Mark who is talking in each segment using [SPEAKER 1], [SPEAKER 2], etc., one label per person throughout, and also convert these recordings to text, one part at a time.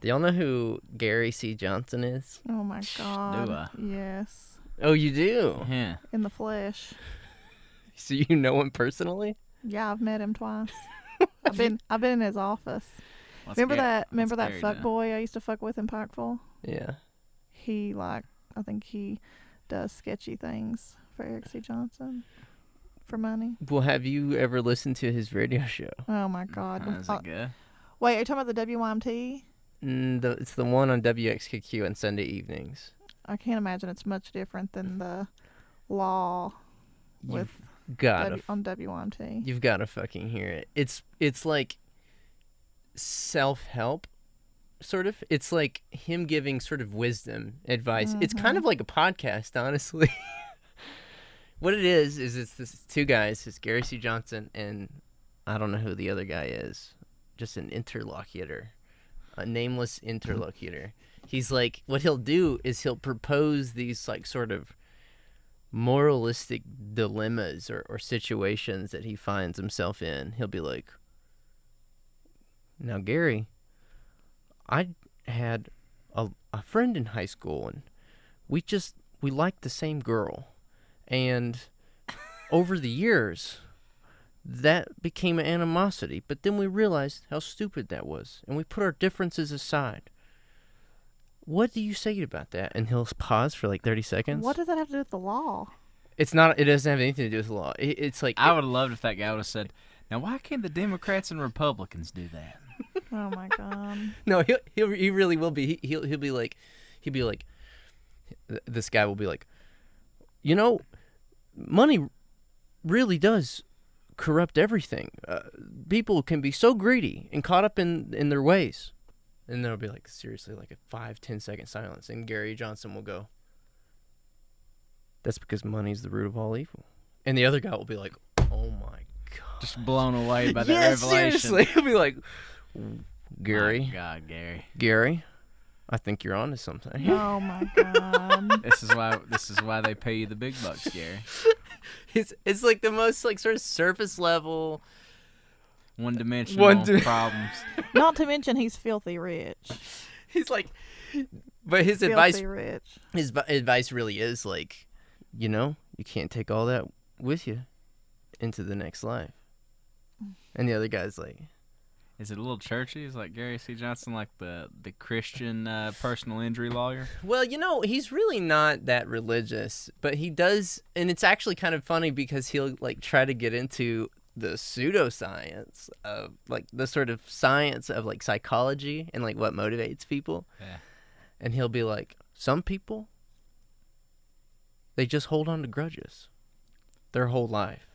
[SPEAKER 1] Do y'all know who Gary C. Johnson is?
[SPEAKER 2] Oh my god.
[SPEAKER 3] I?
[SPEAKER 2] Yes.
[SPEAKER 1] Oh, you do?
[SPEAKER 3] Yeah.
[SPEAKER 2] In the flesh.
[SPEAKER 1] So you know him personally?
[SPEAKER 2] Yeah, I've met him twice. I've been I've been in his office.
[SPEAKER 3] Well,
[SPEAKER 2] remember
[SPEAKER 3] scary-
[SPEAKER 2] that remember that
[SPEAKER 3] scary
[SPEAKER 2] fuck
[SPEAKER 3] now.
[SPEAKER 2] boy I used to fuck with in Pikeville?
[SPEAKER 1] Yeah.
[SPEAKER 2] He like I think he does sketchy things for Eric C. Johnson for money.
[SPEAKER 1] Well, have you ever listened to his radio show?
[SPEAKER 2] Oh my god.
[SPEAKER 3] How's
[SPEAKER 2] Uh,
[SPEAKER 3] it go?
[SPEAKER 2] wait, are you talking about the WYMT?
[SPEAKER 1] Mm, the, it's the one on WXKQ on Sunday evenings.
[SPEAKER 2] I can't imagine it's much different than the law with
[SPEAKER 1] Gotta,
[SPEAKER 2] w- on WYMT.
[SPEAKER 1] you've gotta fucking hear it. It's it's like self help, sort of. It's like him giving sort of wisdom advice. It's kind of like a podcast, honestly. what it is is it's this two guys. It's Gary C. Johnson and I don't know who the other guy is. Just an interlocutor, a nameless interlocutor. He's like, what he'll do is he'll propose these like sort of moralistic dilemmas or, or situations that he finds himself in. He'll be like, now Gary, I had a, a friend in high school and we just we liked the same girl and over the years that became an animosity but then we realized how stupid that was and we put our differences aside what do you say about that and he'll pause for like 30 seconds
[SPEAKER 2] What does that have to do with the law?
[SPEAKER 1] it's not it doesn't have anything to do with the law it, it's like
[SPEAKER 3] I would have loved if that guy would have said, "Now why can't the Democrats and Republicans do that?"
[SPEAKER 2] Oh my god.
[SPEAKER 1] No, he'll, he'll he really will be. He, he'll he'll be like, he'll be like, th- this guy will be like, you know, money really does corrupt everything. Uh, people can be so greedy and caught up in in their ways, and there'll be like seriously like a five ten second silence, and Gary Johnson will go. That's because money's the root of all evil, and the other guy will be like, oh my god,
[SPEAKER 3] Just blown away by that
[SPEAKER 1] yeah,
[SPEAKER 3] revelation.
[SPEAKER 1] seriously, he'll be like,
[SPEAKER 3] My
[SPEAKER 1] Gary.
[SPEAKER 3] God, Gary.
[SPEAKER 1] Gary, I think you're onto something.
[SPEAKER 2] Oh my god.
[SPEAKER 3] This is why. This is why they pay you the big bucks, Gary.
[SPEAKER 1] It's it's like the most like sort of surface level.
[SPEAKER 3] One dimensional
[SPEAKER 1] One di-
[SPEAKER 3] problems.
[SPEAKER 2] Not to mention he's filthy rich.
[SPEAKER 1] He's like, but his advice
[SPEAKER 2] Filthy rich.
[SPEAKER 1] his bu- advice really is like, you know, you can't take all that with you into the next life. And the other guy's like,
[SPEAKER 3] Is it a little churchy? Is like Gary C. Johnson like the the Christian uh, personal injury lawyer?
[SPEAKER 1] Well, you know, he's really not that religious, but he does, and it's actually kind of funny because he'll like try to get into the pseudoscience of like the sort of science of like psychology and like what motivates people.
[SPEAKER 3] Yeah.
[SPEAKER 1] And he'll be like, some people, they just hold on to grudges their whole life.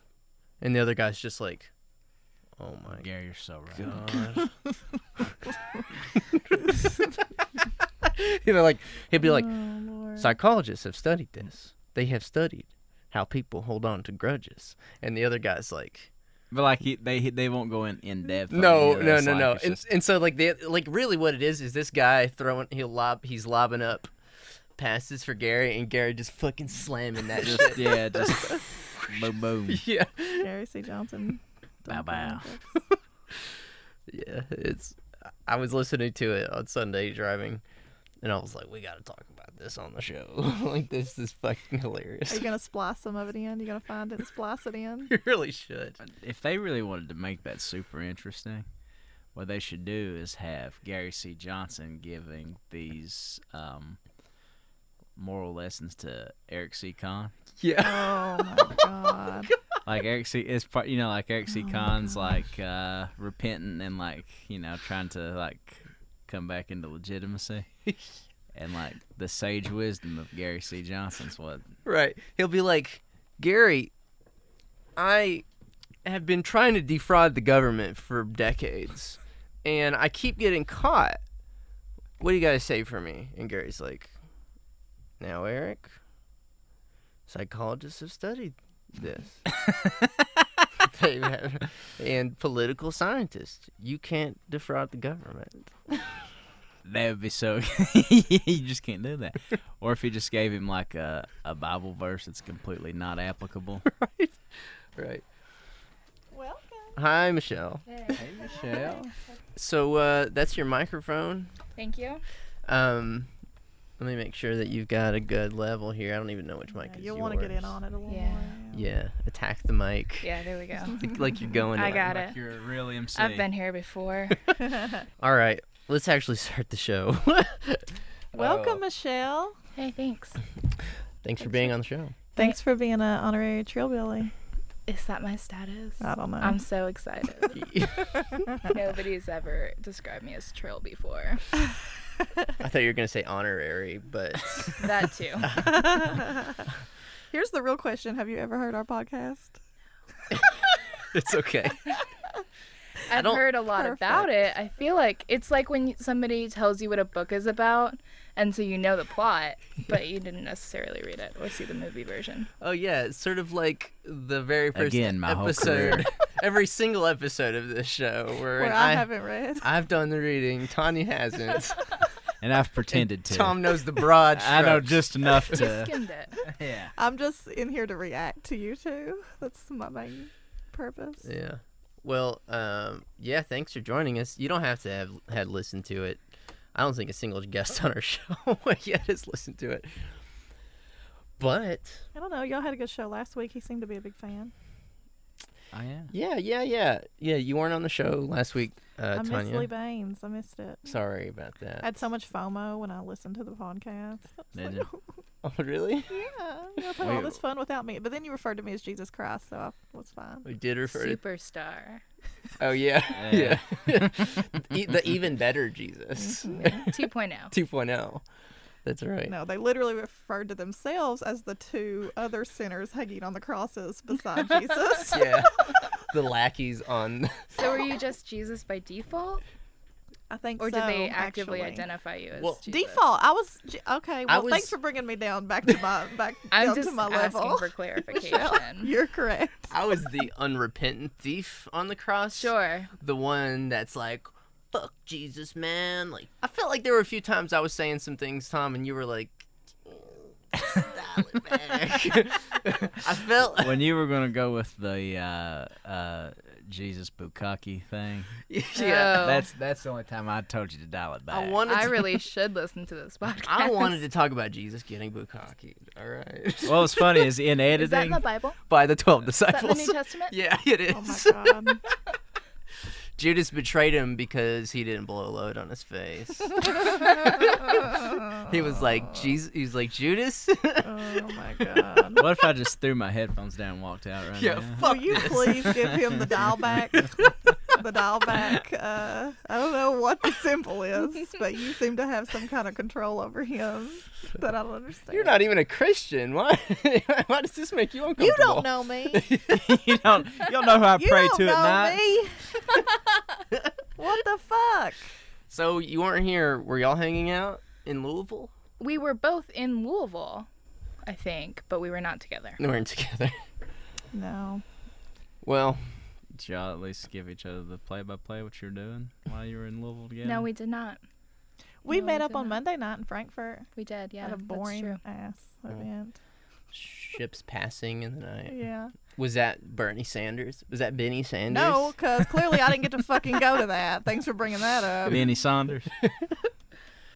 [SPEAKER 1] And the other guy's just like, oh my
[SPEAKER 3] Gary, you're so right.
[SPEAKER 1] God. you know, like he'd be like,
[SPEAKER 2] Oh Lord.
[SPEAKER 1] psychologists have studied this. They have studied how people hold on to grudges, and the other guy's like,
[SPEAKER 3] But like he, they he- they won't go in in depth. on
[SPEAKER 1] no,
[SPEAKER 3] any of
[SPEAKER 1] no,
[SPEAKER 3] this,
[SPEAKER 1] no,
[SPEAKER 3] like,
[SPEAKER 1] no.
[SPEAKER 3] it's
[SPEAKER 1] And,
[SPEAKER 3] just-
[SPEAKER 1] and so like they like really what it is is this guy throwing he'll lob he's lobbing up passes for Gary, and Gary just fucking slamming that shit.
[SPEAKER 3] just yeah, just boom boom.
[SPEAKER 1] Yeah,
[SPEAKER 2] Gary C. Johnson.
[SPEAKER 3] Bow bow.
[SPEAKER 1] yeah. It's I was listening to it on Sunday driving. And I was like, we gotta talk about this on the show. like this is fucking hilarious.
[SPEAKER 2] Are you gonna splice some of it in? You gonna find it and splice it in?
[SPEAKER 1] you really should.
[SPEAKER 3] If they really wanted to make that super interesting, what they should do is have Gary C. Johnson giving these um, moral lessons to Eric C. Kahn.
[SPEAKER 1] Yeah.
[SPEAKER 2] Oh my god.
[SPEAKER 3] Like Eric C. It's part, you know, like Eric C. Kahn's like uh, repenting and like you know trying to like come back into legitimacy. And like the sage wisdom of Gary C. Johnson's what
[SPEAKER 1] Right. He'll be like, Gary, I have been trying to defraud the government for decades, and I keep getting caught. What do you guys say for me? And Gary's like, Now, Eric, psychologists have studied this. They have- and political scientists, you can't defraud the government.
[SPEAKER 3] That would be so. you just can't do that. Or if you just gave him like a, a Bible verse that's completely not applicable.
[SPEAKER 1] Right.
[SPEAKER 2] Welcome.
[SPEAKER 1] Hi, Michelle.
[SPEAKER 3] Hey, Michelle.
[SPEAKER 1] So uh, that's your microphone.
[SPEAKER 4] Thank you.
[SPEAKER 1] Um, let me make sure that you've got a good level here. I don't even know which mic
[SPEAKER 2] Yeah,
[SPEAKER 1] is
[SPEAKER 2] you'll
[SPEAKER 1] want
[SPEAKER 2] to get in on it a little
[SPEAKER 4] Yeah.
[SPEAKER 2] more.
[SPEAKER 1] Yeah, attack the mic.
[SPEAKER 4] Yeah, there we go.
[SPEAKER 1] Like, like you're going.
[SPEAKER 4] I
[SPEAKER 1] in.
[SPEAKER 4] got
[SPEAKER 3] Like
[SPEAKER 4] it.
[SPEAKER 3] you're a real MC.
[SPEAKER 4] I've been here before.
[SPEAKER 1] All right, let's actually start the show.
[SPEAKER 2] Welcome,
[SPEAKER 1] Oh,
[SPEAKER 2] Michelle.
[SPEAKER 4] hey, thanks.
[SPEAKER 1] thanks for being on the show.
[SPEAKER 2] Thanks for being an honorary Trillbilly.
[SPEAKER 4] Is that my status?
[SPEAKER 2] I don't know.
[SPEAKER 4] I'm so excited. Nobody's ever described me as trill before.
[SPEAKER 1] I thought you were gonna say honorary, but
[SPEAKER 4] That too.
[SPEAKER 2] Here's the real question: Have you ever heard our podcast?
[SPEAKER 1] it's okay.
[SPEAKER 4] I've
[SPEAKER 1] don't-
[SPEAKER 4] heard a lot about it. I feel like it's like when you- somebody tells you what a book is about, and so you know the plot, but you didn't necessarily read it or see the movie version.
[SPEAKER 1] Oh yeah, it's sort of like the very first
[SPEAKER 3] Again, my whole
[SPEAKER 1] episode,
[SPEAKER 3] career.
[SPEAKER 1] every single episode of this show, where,
[SPEAKER 2] Where
[SPEAKER 1] I,
[SPEAKER 2] I, haven't read.
[SPEAKER 1] I've done the reading, Tanya hasn't.
[SPEAKER 3] and I've pretended to.
[SPEAKER 1] Tom knows the broad.
[SPEAKER 3] I know
[SPEAKER 1] strokes.
[SPEAKER 3] just enough
[SPEAKER 4] You
[SPEAKER 3] to.
[SPEAKER 4] skimmed it.
[SPEAKER 3] yeah.
[SPEAKER 2] I'm just in here to react to you two. That's my main purpose.
[SPEAKER 1] Yeah. Well, um, yeah. Thanks for joining us. You don't have to have had listened to it. I don't think a single guest on our show yet has listened to it. But
[SPEAKER 2] I don't know. Y'all had a good show last week. He seemed to be a big fan.
[SPEAKER 3] Oh yeah.
[SPEAKER 1] yeah, yeah, yeah, yeah. You weren't on the show last week, uh,
[SPEAKER 2] I missed
[SPEAKER 1] Tanya.
[SPEAKER 2] Lee Baines. I missed it.
[SPEAKER 1] Sorry about that.
[SPEAKER 2] I had so much FOMO when I listened to the podcast. I was
[SPEAKER 3] Did
[SPEAKER 2] like,
[SPEAKER 3] you?
[SPEAKER 1] Oh, really?
[SPEAKER 2] yeah, you know, play all
[SPEAKER 3] Wait,
[SPEAKER 2] this fun without me. But then you referred to me as Jesus Christ, so I was fine.
[SPEAKER 1] We did refer to.
[SPEAKER 4] Superstar.
[SPEAKER 1] Oh yeah, yeah.
[SPEAKER 3] Yeah.
[SPEAKER 1] E- the even better Jesus,
[SPEAKER 4] 2.0.
[SPEAKER 1] 2.0. That's right.
[SPEAKER 2] Mm-hmm. No, they literally referred to themselves as the two other sinners hanging on the crosses beside Jesus.
[SPEAKER 1] Yeah, the lackeys on.
[SPEAKER 4] So were you just Jesus by default,
[SPEAKER 2] I think
[SPEAKER 4] or
[SPEAKER 2] so,
[SPEAKER 4] did they actively
[SPEAKER 2] actually.
[SPEAKER 4] identify you as
[SPEAKER 1] Well,
[SPEAKER 4] Jesus?
[SPEAKER 2] Default. I was j- okay.
[SPEAKER 1] I
[SPEAKER 2] Well, thanks
[SPEAKER 1] was-
[SPEAKER 2] for bringing me down back to my back
[SPEAKER 4] I'm
[SPEAKER 2] down
[SPEAKER 4] just
[SPEAKER 2] to my
[SPEAKER 4] asking
[SPEAKER 2] level.
[SPEAKER 4] for
[SPEAKER 2] Michelle,
[SPEAKER 4] clarification.
[SPEAKER 2] You're correct.
[SPEAKER 1] I was the unrepentant thief on the cross.
[SPEAKER 4] sure.
[SPEAKER 1] the one that's like, "Fuck Jesus, man." Like, I felt like there were a few times I was saying some things, Tom, and you were like, "Dial it back." I felt,
[SPEAKER 3] when you were gonna go with the uh, uh, Jesus Bukaki thing,
[SPEAKER 1] yeah.
[SPEAKER 4] Oh.
[SPEAKER 3] that's that's the only time I told you to dial
[SPEAKER 2] Oh,
[SPEAKER 3] it back.
[SPEAKER 1] I wanted.
[SPEAKER 4] I
[SPEAKER 1] to,
[SPEAKER 4] really should listen to this podcast.
[SPEAKER 1] I wanted to talk about Jesus getting bukkake. All right.
[SPEAKER 3] What was funny is in editing.
[SPEAKER 4] Is that in the Bible?
[SPEAKER 1] By the twelve
[SPEAKER 4] Is that in the
[SPEAKER 1] disciples.
[SPEAKER 4] New Testament?
[SPEAKER 1] yeah, it is.
[SPEAKER 2] Oh my god.
[SPEAKER 1] Judas betrayed him because he didn't blow a load on his face. he was like Jesus. He was like Judas.
[SPEAKER 2] Oh my god.
[SPEAKER 3] what if I just threw my headphones down and walked out right
[SPEAKER 1] yeah,
[SPEAKER 3] now?
[SPEAKER 1] fuck
[SPEAKER 2] Will you
[SPEAKER 1] this.
[SPEAKER 2] please give him the dial back? the dial back. Uh, I don't know what the symbol is, but you seem to have some kind of control over him that I don't understand.
[SPEAKER 1] You're not even a Christian. Why? Why does this make you uncomfortable?
[SPEAKER 2] You don't know me.
[SPEAKER 3] you don't. You don't know who I
[SPEAKER 2] You
[SPEAKER 3] pray
[SPEAKER 2] don't
[SPEAKER 3] to at
[SPEAKER 2] know
[SPEAKER 3] night.
[SPEAKER 2] me. what the fuck?
[SPEAKER 1] So you weren't here. Were y'all hanging out in Louisville?
[SPEAKER 4] We were both in Louisville, I think, but we were not together.
[SPEAKER 1] We weren't together.
[SPEAKER 2] No.
[SPEAKER 1] Well,
[SPEAKER 3] Did y'all at least give each other the play-by-play what you're doing while you were in Louisville together?
[SPEAKER 4] No, we did not.
[SPEAKER 2] We
[SPEAKER 4] No, we
[SPEAKER 2] met up
[SPEAKER 4] did
[SPEAKER 2] on
[SPEAKER 4] not.
[SPEAKER 2] Monday night in Frankfurt
[SPEAKER 4] We did, yeah.
[SPEAKER 2] at a boring
[SPEAKER 4] That's
[SPEAKER 2] ass event.
[SPEAKER 1] ships passing in the night.
[SPEAKER 2] Yeah.
[SPEAKER 1] Was that Bernie Sanders? Was that Benny Sanders?
[SPEAKER 2] No, because clearly I didn't get to fucking go to that. Thanks for bringing that up.
[SPEAKER 3] Benny Saunders.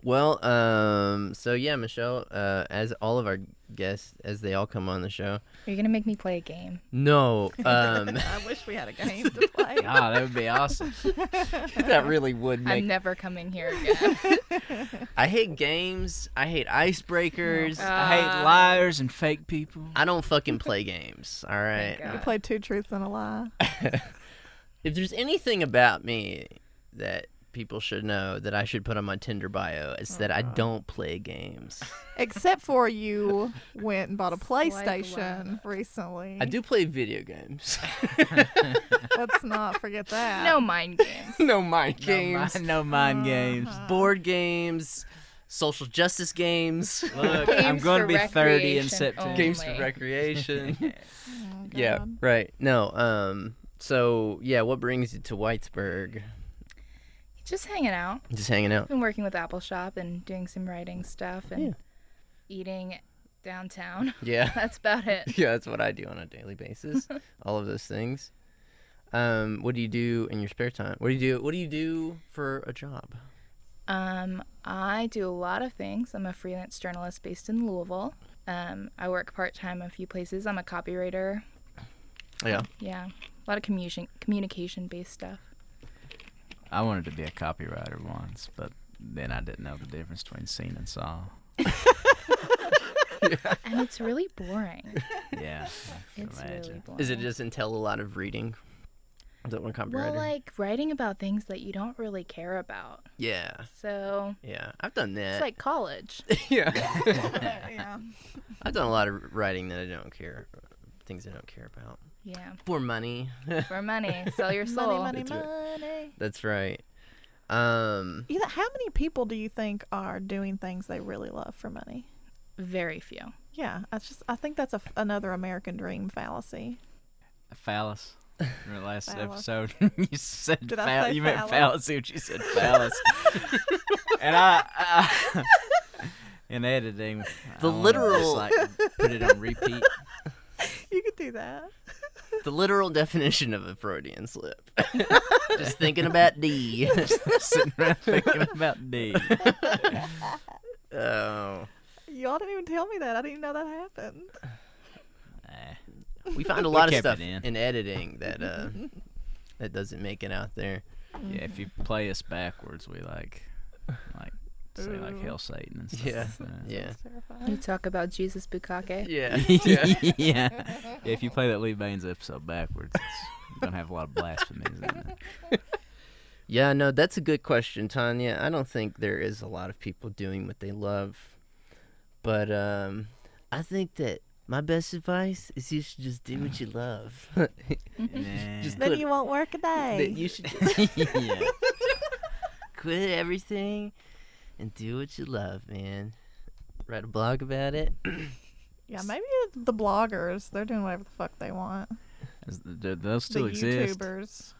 [SPEAKER 1] Well, um, so yeah, Michelle, uh, as all of our guests, as they all come on the show,
[SPEAKER 4] true. Are you gonna make me play a game?
[SPEAKER 1] no, um,
[SPEAKER 2] I wish we had a game to play.
[SPEAKER 3] God, that would be awesome.
[SPEAKER 1] that really would make.
[SPEAKER 4] I'm never coming here again.
[SPEAKER 1] I hate games. I hate icebreakers.
[SPEAKER 4] Uh,
[SPEAKER 3] I hate liars and fake people.
[SPEAKER 1] I don't fucking play games. All right.
[SPEAKER 4] God.
[SPEAKER 2] We played two truths and a lie.
[SPEAKER 1] If there's anything about me that people should know that I should put on my Tinder bio, it's that I don't play games.
[SPEAKER 2] Except for you went and bought a
[SPEAKER 4] Swipe
[SPEAKER 2] PlayStation recently.
[SPEAKER 1] I do play video games.
[SPEAKER 2] Let's not forget that.
[SPEAKER 4] no mind games.
[SPEAKER 1] no mind
[SPEAKER 3] No
[SPEAKER 1] games.
[SPEAKER 3] mind- No mind games.
[SPEAKER 1] Board games, social justice games,
[SPEAKER 3] Look, I'm
[SPEAKER 4] Games
[SPEAKER 3] going
[SPEAKER 4] for
[SPEAKER 3] to be 30 in
[SPEAKER 4] recreation
[SPEAKER 3] September.
[SPEAKER 4] only.
[SPEAKER 1] games for recreation.
[SPEAKER 2] Oh,
[SPEAKER 1] yeah,
[SPEAKER 2] God.
[SPEAKER 1] right. No, um so yeah, what brings you to Whitesburg?
[SPEAKER 4] Just hanging out.
[SPEAKER 1] Just hanging out.
[SPEAKER 4] Been working with Apple Shop and doing some writing stuff and
[SPEAKER 1] Yeah.
[SPEAKER 4] eating downtown.
[SPEAKER 1] Yeah.
[SPEAKER 4] That's about it.
[SPEAKER 1] Yeah, that's what I do on a daily basis. All of those things. Um, what do you do in your spare time? What do you do? What do you do for a job?
[SPEAKER 4] Um, I do a lot of things. I'm a freelance journalist based in Louisville. Um, I work part time a few places. I'm a copywriter.
[SPEAKER 1] Yeah.
[SPEAKER 4] Yeah, a lot of communication communication based stuff.
[SPEAKER 3] I wanted to be a copywriter once, but then I didn't know the difference between scene and saw.
[SPEAKER 4] And it's really boring.
[SPEAKER 3] Yeah, I can
[SPEAKER 4] It's really
[SPEAKER 3] imagine.
[SPEAKER 4] boring.
[SPEAKER 1] Is it just entail a lot of reading? Is that one copywriter?
[SPEAKER 4] well, like writing about things that you don't really care about.
[SPEAKER 1] yeah,
[SPEAKER 4] So
[SPEAKER 1] yeah. I've done that.
[SPEAKER 4] it's like college.
[SPEAKER 1] yeah,
[SPEAKER 2] yeah.
[SPEAKER 1] I've done a lot of writing that I don't care, things I don't care about
[SPEAKER 4] Yeah,
[SPEAKER 1] for money.
[SPEAKER 4] for money, sell your soul.
[SPEAKER 2] Money, money,
[SPEAKER 1] That's
[SPEAKER 2] money.
[SPEAKER 1] That's right. Um,
[SPEAKER 2] You know, How many people do you think are doing things they really love for money?
[SPEAKER 4] Very few.
[SPEAKER 2] Yeah, I just I think that's a, another American dream fallacy.
[SPEAKER 3] Phallus. Remember last
[SPEAKER 2] Phallus.
[SPEAKER 3] episode, you said
[SPEAKER 2] Did I
[SPEAKER 3] phall-
[SPEAKER 2] say
[SPEAKER 3] you meant
[SPEAKER 2] phallus?
[SPEAKER 3] fallacy, but you said phallus. and I, I- in editing,
[SPEAKER 1] The
[SPEAKER 3] I wanna just,
[SPEAKER 1] literal-
[SPEAKER 3] like put it on repeat.
[SPEAKER 2] You could do that.
[SPEAKER 1] the literal definition of a Freudian slip. Just thinking about D.
[SPEAKER 3] Sitting around thinking about D.
[SPEAKER 1] oh,
[SPEAKER 2] Y'all didn't even tell me that. I didn't even know that happened.
[SPEAKER 3] Nah.
[SPEAKER 1] we found a lot of
[SPEAKER 3] kept it
[SPEAKER 1] stuff in.
[SPEAKER 3] in.
[SPEAKER 1] editing that uh, that doesn't make it out there.
[SPEAKER 3] Yeah, if you play us backwards, we like, like say like
[SPEAKER 2] Ooh.
[SPEAKER 3] hell Satan and stuff.
[SPEAKER 1] Yeah.
[SPEAKER 3] like
[SPEAKER 1] Yeah,
[SPEAKER 2] That's
[SPEAKER 4] You
[SPEAKER 2] terrifying.
[SPEAKER 4] talk about Jesus Bukake.
[SPEAKER 1] yeah,
[SPEAKER 3] that. yeah. yeah, If you play that Lee Baines episode backwards, it's, you're gonna have a lot of blasphemies in it.
[SPEAKER 1] yeah. No, that's a good question, Tanya. I don't think there is a lot of people doing what they love, but um, I think that my best advice is you should just do what you love. Just
[SPEAKER 3] Nah.
[SPEAKER 2] Then
[SPEAKER 1] quit-
[SPEAKER 2] you won't work a
[SPEAKER 1] that
[SPEAKER 2] day.
[SPEAKER 1] you should
[SPEAKER 3] yeah.
[SPEAKER 1] quit everything and do what you love, man. Write a blog about it.
[SPEAKER 2] yeah, maybe it's the bloggers, they're doing whatever the fuck they want.
[SPEAKER 3] Is- do those still
[SPEAKER 2] the
[SPEAKER 3] exist?
[SPEAKER 2] YouTubers.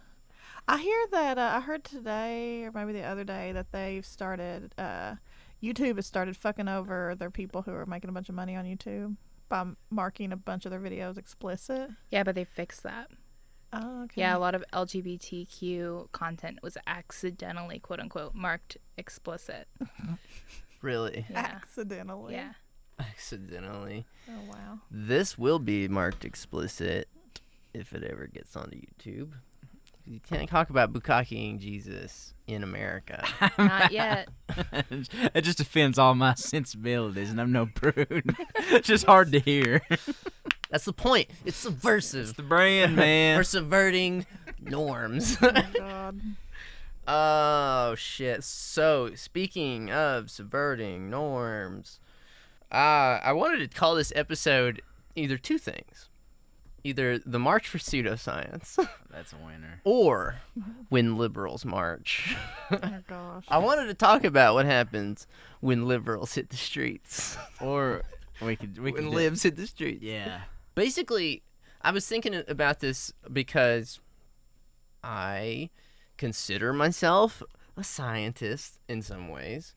[SPEAKER 2] I hear that uh, I heard today or maybe the other day that they've started uh, YouTube has started fucking over their people who are making a bunch of money on YouTube by m- marking a bunch of their videos explicit.
[SPEAKER 4] Yeah, but they fixed that.
[SPEAKER 2] Oh, okay.
[SPEAKER 4] Yeah, a lot of LGBTQ content was accidentally, quote unquote, marked explicit.
[SPEAKER 1] Really?
[SPEAKER 4] Yeah.
[SPEAKER 2] accidentally.
[SPEAKER 4] Yeah.
[SPEAKER 1] Accidentally.
[SPEAKER 2] Oh wow.
[SPEAKER 1] This will be marked explicit if it ever gets onto YouTube. You can't talk about bukakiing Jesus in America.
[SPEAKER 4] Not yet.
[SPEAKER 3] it just offends all my sensibilities, and I'm no prude. it's just hard to hear.
[SPEAKER 1] That's the point. It's
[SPEAKER 3] It's
[SPEAKER 1] subversive.
[SPEAKER 3] the brand, man.
[SPEAKER 1] We're subverting norms.
[SPEAKER 2] Oh god.
[SPEAKER 1] oh shit. So speaking of subverting norms, uh, I wanted to call this episode either two things. Either the March for Pseudoscience
[SPEAKER 3] That's a winner.
[SPEAKER 1] or When Liberals March.
[SPEAKER 2] Oh gosh.
[SPEAKER 1] I wanted to talk about what happens when liberals hit the streets.
[SPEAKER 3] Or we could we could
[SPEAKER 1] when
[SPEAKER 3] do-
[SPEAKER 1] libs hit the streets.
[SPEAKER 3] Yeah.
[SPEAKER 1] Basically, I was thinking about this because I consider myself a scientist in some ways.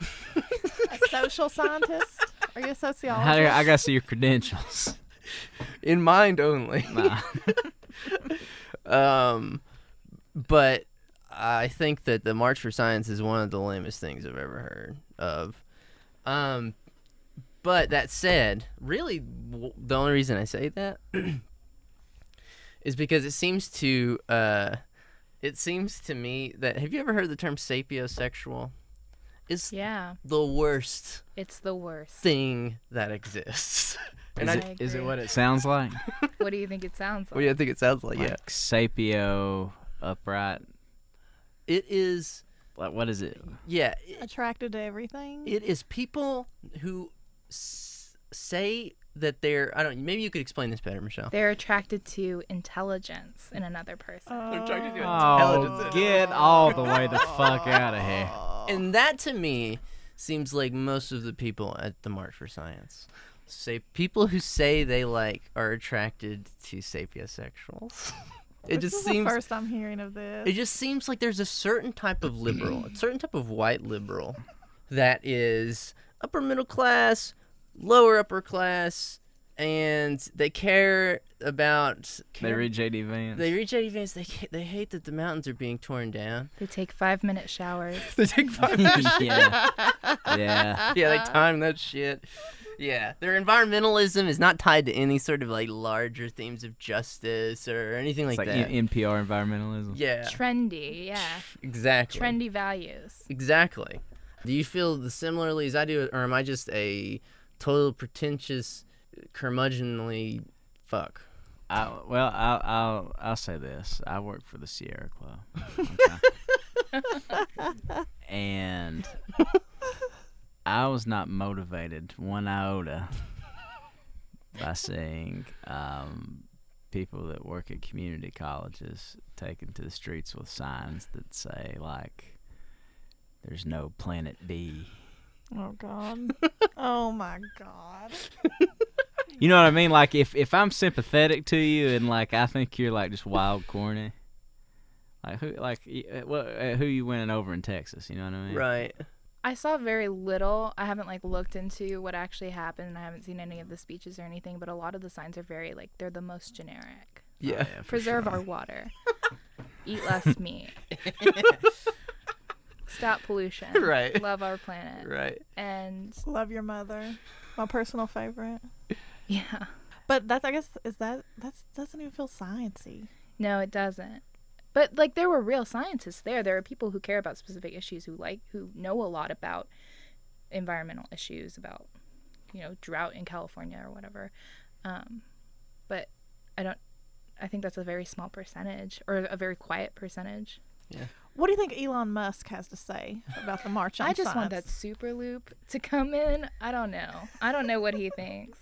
[SPEAKER 2] a social scientist? Are you a
[SPEAKER 3] How
[SPEAKER 2] sociologist?
[SPEAKER 3] do I gotta see your credentials.
[SPEAKER 1] In mind only.
[SPEAKER 3] Nah.
[SPEAKER 1] Um, but I think that the March for Science is one of the lamest things I've ever heard of. Um, but that said, really, w- the only reason I say that is because it seems to uh, it seems to me that have you ever heard the term sapiosexual? It's
[SPEAKER 4] Yeah.
[SPEAKER 1] the worst
[SPEAKER 4] It's the worst.
[SPEAKER 1] thing that exists. And
[SPEAKER 3] is,
[SPEAKER 1] I,
[SPEAKER 4] I
[SPEAKER 3] it, is it
[SPEAKER 4] agree.
[SPEAKER 3] what it sounds like?
[SPEAKER 4] What do you think it sounds
[SPEAKER 1] what
[SPEAKER 4] like?
[SPEAKER 1] do you think it sounds like? Oh, Yeah,
[SPEAKER 3] Like sapio upright.
[SPEAKER 1] it is.
[SPEAKER 3] Like what is it?
[SPEAKER 1] Yeah, it-
[SPEAKER 2] Attracted to everything.
[SPEAKER 1] It is people who s- say that they're. I don't. Maybe you could explain this better, Michelle.
[SPEAKER 4] They're attracted to intelligence in another person.
[SPEAKER 2] Uh,
[SPEAKER 1] attracted to
[SPEAKER 3] Oh, get all the way the fuck out of here.
[SPEAKER 1] And that to me seems like most of the people at the March for Science. Say people who say they like are attracted to sapiosexuals. it
[SPEAKER 2] This
[SPEAKER 1] just
[SPEAKER 2] is the
[SPEAKER 1] seems.
[SPEAKER 2] first I'm hearing of this.
[SPEAKER 1] It just seems like there's a certain type of liberal, a certain type of white liberal, that is upper middle class, lower upper class, and they care about.
[SPEAKER 3] They read JD Vance.
[SPEAKER 1] They read JD Vance. They ca- they hate that the mountains are being torn down.
[SPEAKER 4] They take five minute showers.
[SPEAKER 1] they take five
[SPEAKER 3] yeah. Yeah.
[SPEAKER 1] yeah, they time that shit. Yeah, their environmentalism is not tied to any sort of like larger themes of justice or anything
[SPEAKER 3] It's
[SPEAKER 1] like,
[SPEAKER 3] like
[SPEAKER 1] that.
[SPEAKER 3] N- NPR environmentalism.
[SPEAKER 1] yeah,
[SPEAKER 4] Trendy, yeah.
[SPEAKER 1] exactly.
[SPEAKER 4] Trendy values.
[SPEAKER 1] Exactly. Do you feel the similarly as I do, or am I just a total pretentious, curmudgeonly fuck?
[SPEAKER 3] I, well, I'll, I'll I'll say this. I work for the Sierra Club, Okay. and I was not motivated one iota by seeing um, people that work at community colleges taken to the streets with signs that say like, "There's no Planet B."
[SPEAKER 2] Oh God. oh my God.
[SPEAKER 3] You know what I mean? Like if if I'm sympathetic to you and like I think you're like just wild corny, like who like y- uh, what uh, who you winning over in Texas? You know what I mean?
[SPEAKER 1] Right.
[SPEAKER 4] I saw very little. I haven't like looked into what actually happened and I haven't seen any of the speeches or anything, but a lot of the signs are very like they're the most
[SPEAKER 3] Oh,
[SPEAKER 4] generic.
[SPEAKER 1] Yeah.
[SPEAKER 3] for
[SPEAKER 4] Preserve
[SPEAKER 3] sure.
[SPEAKER 4] our water. Eat less meat. Stop pollution.
[SPEAKER 1] Right.
[SPEAKER 4] Love our planet.
[SPEAKER 1] Right.
[SPEAKER 4] And
[SPEAKER 2] Love your mother. My personal favorite.
[SPEAKER 4] yeah.
[SPEAKER 2] But that's I guess is that that's doesn't even feel sciency.
[SPEAKER 4] No, it doesn't. But like there were real scientists there. There are people who care about specific issues who like who know a lot about environmental issues about you know drought in California or whatever. Um, but I don't. I think that's a very small percentage or a very quiet percentage.
[SPEAKER 2] What do you think Elon Musk has to say about the march on
[SPEAKER 4] I just want that
[SPEAKER 2] science?
[SPEAKER 4] super loop to come in. I don't know. I don't know what he thinks.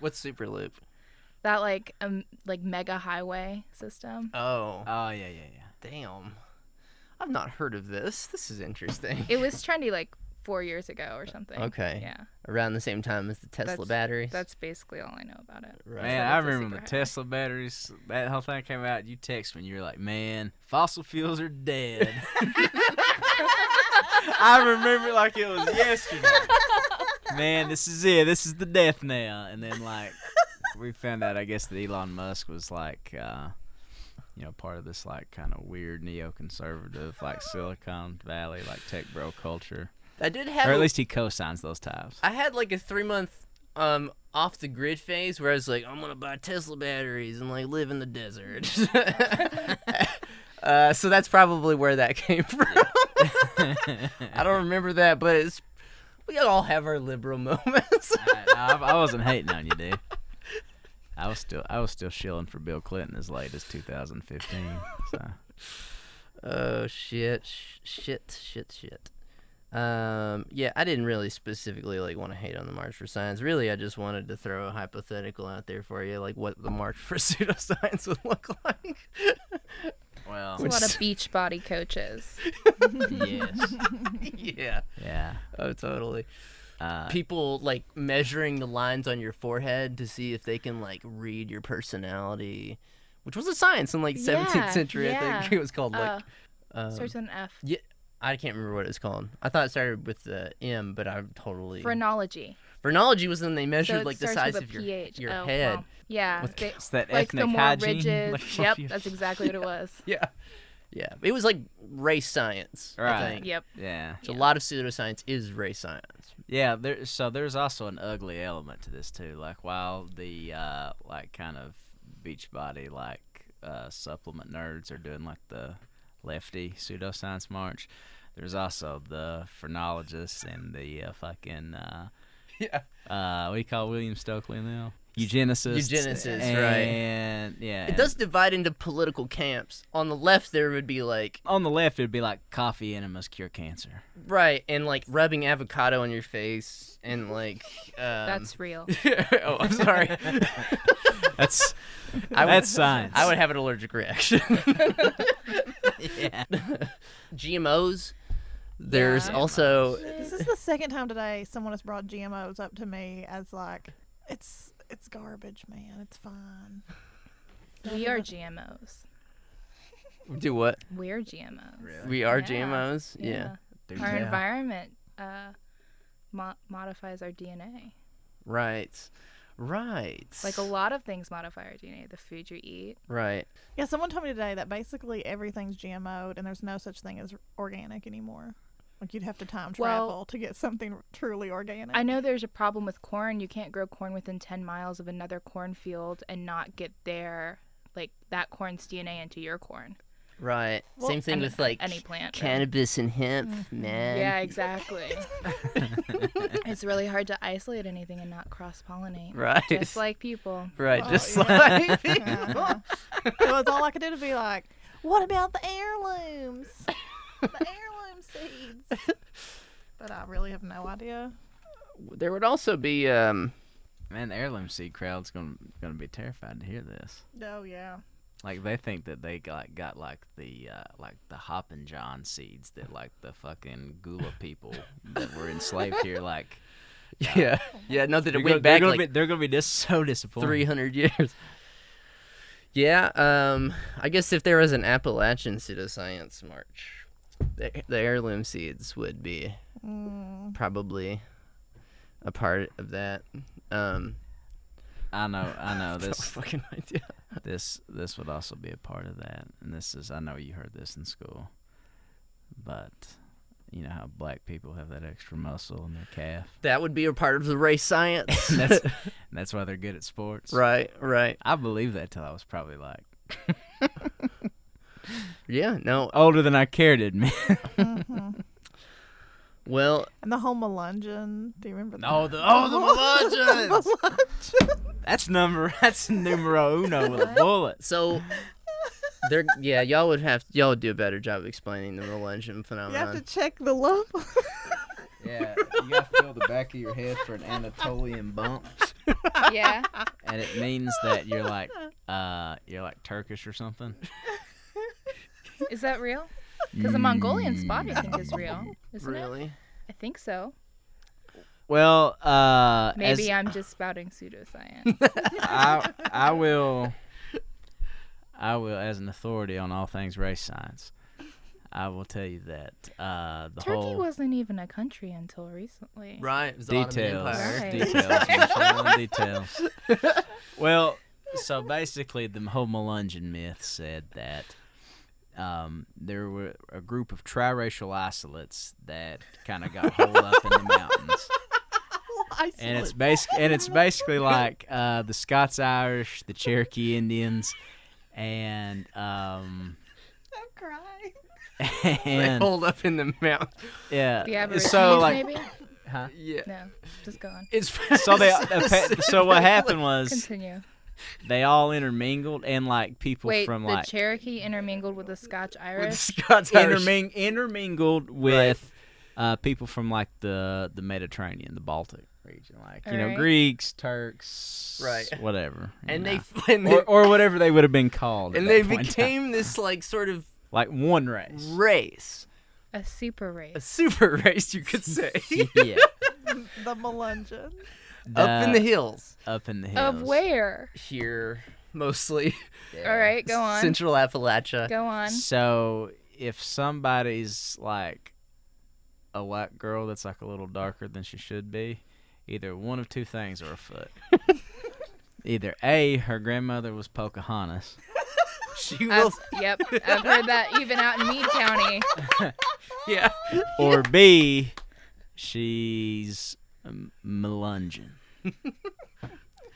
[SPEAKER 1] What's super loop?
[SPEAKER 4] That like um like mega highway system.
[SPEAKER 1] Oh,
[SPEAKER 3] Oh yeah, yeah, yeah.
[SPEAKER 1] damn. I've not heard of this. This is interesting.
[SPEAKER 4] It was trendy like four years ago or something.
[SPEAKER 1] Okay.
[SPEAKER 4] Yeah.
[SPEAKER 1] Around the same time as the Tesla
[SPEAKER 4] That's-
[SPEAKER 1] batteries.
[SPEAKER 4] That's basically all I know about it.
[SPEAKER 1] right.
[SPEAKER 3] Man, I
[SPEAKER 4] So that's a
[SPEAKER 3] remember the
[SPEAKER 4] superhighway.
[SPEAKER 3] Tesla batteries. That whole thing came out. You text me, and you were like, "Man, fossil fuels are dead." I remember it like it was yesterday. Man, this is it. This is the death now. And then like we found out, I guess that Elon Musk was like, uh, you know, part of this like kind of weird neoconservative like Silicon Valley like tech bro culture,
[SPEAKER 1] I did have.
[SPEAKER 3] or at
[SPEAKER 1] a-
[SPEAKER 3] least he co-signs those types.
[SPEAKER 1] I had like a three month um off the grid phase where I was like, I'm gonna buy Tesla batteries and like live in the desert. uh, so that's probably where that came from. I don't remember that, but it's we all have our liberal moments.
[SPEAKER 3] I, I- I wasn't hating on you, dude. I was still I was still shilling for Bill Clinton as late as 2015. So
[SPEAKER 1] oh shit, sh- shit, shit, shit. Um, yeah, I didn't really specifically like want to hate on the March for Science. Really, I just wanted to throw a hypothetical out there for you, like what the March for Pseudoscience would look like.
[SPEAKER 3] well,
[SPEAKER 4] There's a lot of beach body coaches.
[SPEAKER 3] yes,
[SPEAKER 1] yeah.
[SPEAKER 3] yeah.
[SPEAKER 1] Oh, totally.
[SPEAKER 3] Uh,
[SPEAKER 1] People like measuring the lines on your forehead to see if they can like read your personality, which was a science in like 17th
[SPEAKER 4] Yeah,
[SPEAKER 1] century. I
[SPEAKER 4] yeah.
[SPEAKER 1] think it was called like
[SPEAKER 4] Uh,
[SPEAKER 1] um,
[SPEAKER 4] starts with an F.
[SPEAKER 1] I can't remember what it's called. I thought it started with the M, but I'm totally
[SPEAKER 4] Phrenology.
[SPEAKER 1] phrenology was when they
[SPEAKER 4] So
[SPEAKER 1] measured
[SPEAKER 4] it
[SPEAKER 1] like the
[SPEAKER 4] starts
[SPEAKER 1] size
[SPEAKER 4] with a
[SPEAKER 1] of your
[SPEAKER 4] pH.
[SPEAKER 1] your
[SPEAKER 4] Oh,
[SPEAKER 1] head.
[SPEAKER 4] wow. Yeah.
[SPEAKER 1] With-
[SPEAKER 4] they-
[SPEAKER 3] it's that
[SPEAKER 4] like
[SPEAKER 3] ethnic
[SPEAKER 4] the more
[SPEAKER 3] hygiene.
[SPEAKER 4] rigid.
[SPEAKER 3] like,
[SPEAKER 4] yep,
[SPEAKER 3] you-
[SPEAKER 4] that's exactly what it was.
[SPEAKER 1] Yeah, yeah. It was like race science. I
[SPEAKER 3] Right.
[SPEAKER 1] think.
[SPEAKER 4] Yep.
[SPEAKER 3] yeah,
[SPEAKER 1] Which A lot of pseudoscience is race science.
[SPEAKER 3] yeah. There, so there's also an ugly element to this too. Like while the uh, like kind of Beachbody like uh, supplement nerds are doing like the lefty pseudoscience march, there's also the phrenologists and the uh, fucking. Uh,
[SPEAKER 1] Yeah.
[SPEAKER 3] uh, what do you call William Stokely now? Eugenicist.
[SPEAKER 1] Eugenicist,
[SPEAKER 3] and,
[SPEAKER 1] right.
[SPEAKER 3] yeah.
[SPEAKER 1] It does divide into political camps. On the left, there would be like
[SPEAKER 3] On the left, it'd be like coffee enemas cure cancer.
[SPEAKER 1] Right, and like rubbing avocado on your face, and like um,
[SPEAKER 4] That's real.
[SPEAKER 1] oh, I'm sorry.
[SPEAKER 3] That's
[SPEAKER 1] I would-
[SPEAKER 3] that's science.
[SPEAKER 1] I would have an allergic reaction.
[SPEAKER 3] Yeah.
[SPEAKER 1] GMOs. There's
[SPEAKER 4] Yeah.
[SPEAKER 1] also
[SPEAKER 2] This is the second time today someone has brought GMOs up to me as like it's it's garbage, man. It's fine.
[SPEAKER 4] we are GMOs.
[SPEAKER 1] do what
[SPEAKER 4] We're GMOs.
[SPEAKER 1] we are
[SPEAKER 4] Yeah.
[SPEAKER 1] GMOs. Yeah.
[SPEAKER 4] Our environment uh, mo- modifies our DNA.
[SPEAKER 1] Right. Right.
[SPEAKER 4] Like a lot of things modify our DNA. The food you eat.
[SPEAKER 1] Right.
[SPEAKER 2] Yeah, someone told me today that basically everything's GMO'd and there's no such thing as organic anymore. Like you'd have to time
[SPEAKER 4] Well-
[SPEAKER 2] travel to get something truly organic.
[SPEAKER 4] I know there's a problem with corn. You can't grow corn within 10 miles of another cornfield and not get their like that corn's DNA into your corn.
[SPEAKER 1] Right.
[SPEAKER 2] Well,
[SPEAKER 1] Same thing
[SPEAKER 4] Any-
[SPEAKER 1] with like
[SPEAKER 4] any plant. really. Mm-hmm.
[SPEAKER 1] cannabis and hemp, man.
[SPEAKER 4] Yeah, exactly. it's really hard to isolate anything and not cross pollinate.
[SPEAKER 1] Right.
[SPEAKER 4] Just like people.
[SPEAKER 1] right.
[SPEAKER 2] Oh,
[SPEAKER 1] just
[SPEAKER 2] yeah.
[SPEAKER 1] like
[SPEAKER 2] Yeah. it was all I could do to be like, what about the heirlooms? the heirloom seeds. But I really have no idea.
[SPEAKER 1] there would also be um
[SPEAKER 3] Man, the heirloom seed crowd's gonna gonna be terrified to hear this.
[SPEAKER 2] Oh, yeah.
[SPEAKER 3] Like they think that they got got like the uh, like the Hoppin' John seeds that like the fucking Gula people that were enslaved here. Like
[SPEAKER 1] yeah yeah no that
[SPEAKER 3] they're
[SPEAKER 1] it
[SPEAKER 3] gonna,
[SPEAKER 1] went
[SPEAKER 3] they're
[SPEAKER 1] back
[SPEAKER 3] gonna
[SPEAKER 1] like
[SPEAKER 3] be they're gonna be just so disappointed.
[SPEAKER 1] three hundred years. Yeah, um, I guess if there was an Appalachian pseudoscience march, the, the heirloom seeds would be
[SPEAKER 2] Mm.
[SPEAKER 1] probably a part of that. Um,
[SPEAKER 3] I know, I know.
[SPEAKER 1] no
[SPEAKER 3] This
[SPEAKER 1] fucking idea.
[SPEAKER 3] this this would also be a part of that and this is i know you heard this in school but you know how black people have that extra muscle in their calf
[SPEAKER 1] That would be a part of the race science.
[SPEAKER 3] and that's, and that's why they're good at sports
[SPEAKER 1] right, right.
[SPEAKER 3] i believed that till i was probably like
[SPEAKER 1] Yeah, no. uh,
[SPEAKER 3] older than i care to admit
[SPEAKER 1] Well,
[SPEAKER 2] And the whole melungeon. Do you remember that?
[SPEAKER 3] oh the oh the Melungeons! that's number that's numero uno with a bullet
[SPEAKER 1] so there yeah, y'all would have y'all would do a better job explaining the Melungeon
[SPEAKER 2] You have to
[SPEAKER 1] phenomenon.
[SPEAKER 2] check the lump.
[SPEAKER 3] yeah you gotta feel the back of your head for an anatolian bump
[SPEAKER 4] Yeah.
[SPEAKER 3] and it means that you're like uh you're like turkish or something
[SPEAKER 4] Is that real? Because the Mongolian spot I think is real. Isn't it?
[SPEAKER 1] Really?
[SPEAKER 4] I think so.
[SPEAKER 3] Well, uh,
[SPEAKER 4] Maybe
[SPEAKER 3] as
[SPEAKER 4] I'm just spouting pseudoscience.
[SPEAKER 3] I, I will, I will, as an authority on all things race science, I will tell you that uh, the
[SPEAKER 4] Turkey
[SPEAKER 3] whole
[SPEAKER 4] wasn't even a country until recently.
[SPEAKER 1] Right. It was the Ottoman
[SPEAKER 3] details,
[SPEAKER 1] Empire.
[SPEAKER 4] Right.
[SPEAKER 3] details, Michelle, details. Well, so basically, the whole Melungeon myth said that um, there were a group of triracial isolates that kind of got holed up in the mountains. and it's basic and it's basically like uh, the Scots Irish, the Cherokee Indians, and um,
[SPEAKER 2] I'm crying.
[SPEAKER 1] They
[SPEAKER 3] and
[SPEAKER 1] hold up in the mountain.
[SPEAKER 3] yeah,
[SPEAKER 4] The Aborigines,
[SPEAKER 3] so like
[SPEAKER 4] maybe?
[SPEAKER 1] Yeah.
[SPEAKER 4] No, just go on.
[SPEAKER 1] It's
[SPEAKER 3] so they appa- so what happened was
[SPEAKER 4] Continue.
[SPEAKER 3] they all intermingled and like people
[SPEAKER 4] Wait,
[SPEAKER 3] from
[SPEAKER 4] the
[SPEAKER 3] like
[SPEAKER 4] Cherokee intermingled with the Scotch
[SPEAKER 1] with
[SPEAKER 4] Irish.
[SPEAKER 1] Scots Irish.
[SPEAKER 3] interming- intermingled with uh, people from like the the Mediterranean, the Baltic region, like you know
[SPEAKER 4] Alright.
[SPEAKER 3] Greeks, Turks,
[SPEAKER 1] Right.
[SPEAKER 3] whatever, you
[SPEAKER 1] and
[SPEAKER 3] know.
[SPEAKER 1] they and they,
[SPEAKER 3] or, or whatever they would have been called, at
[SPEAKER 1] and
[SPEAKER 3] that
[SPEAKER 1] they
[SPEAKER 3] point in time.
[SPEAKER 1] became this like sort of
[SPEAKER 3] like one race.
[SPEAKER 1] race,
[SPEAKER 4] A super race.
[SPEAKER 1] a super race you could say,
[SPEAKER 3] yeah.
[SPEAKER 2] The melungeon.
[SPEAKER 1] up in the hills
[SPEAKER 3] up in the hills.
[SPEAKER 4] Of where?
[SPEAKER 1] here mostly
[SPEAKER 4] All right, go on.
[SPEAKER 1] central Appalachia.
[SPEAKER 4] Go on.
[SPEAKER 3] So if somebody's like a white girl that's like a little darker than she should be, either one of two things are afoot. either A, her grandmother was Pocahontas.
[SPEAKER 1] She will,
[SPEAKER 4] I've, yep, I've heard that even out in Meade County.
[SPEAKER 1] yeah,
[SPEAKER 3] Or B, she's um, Melungeon.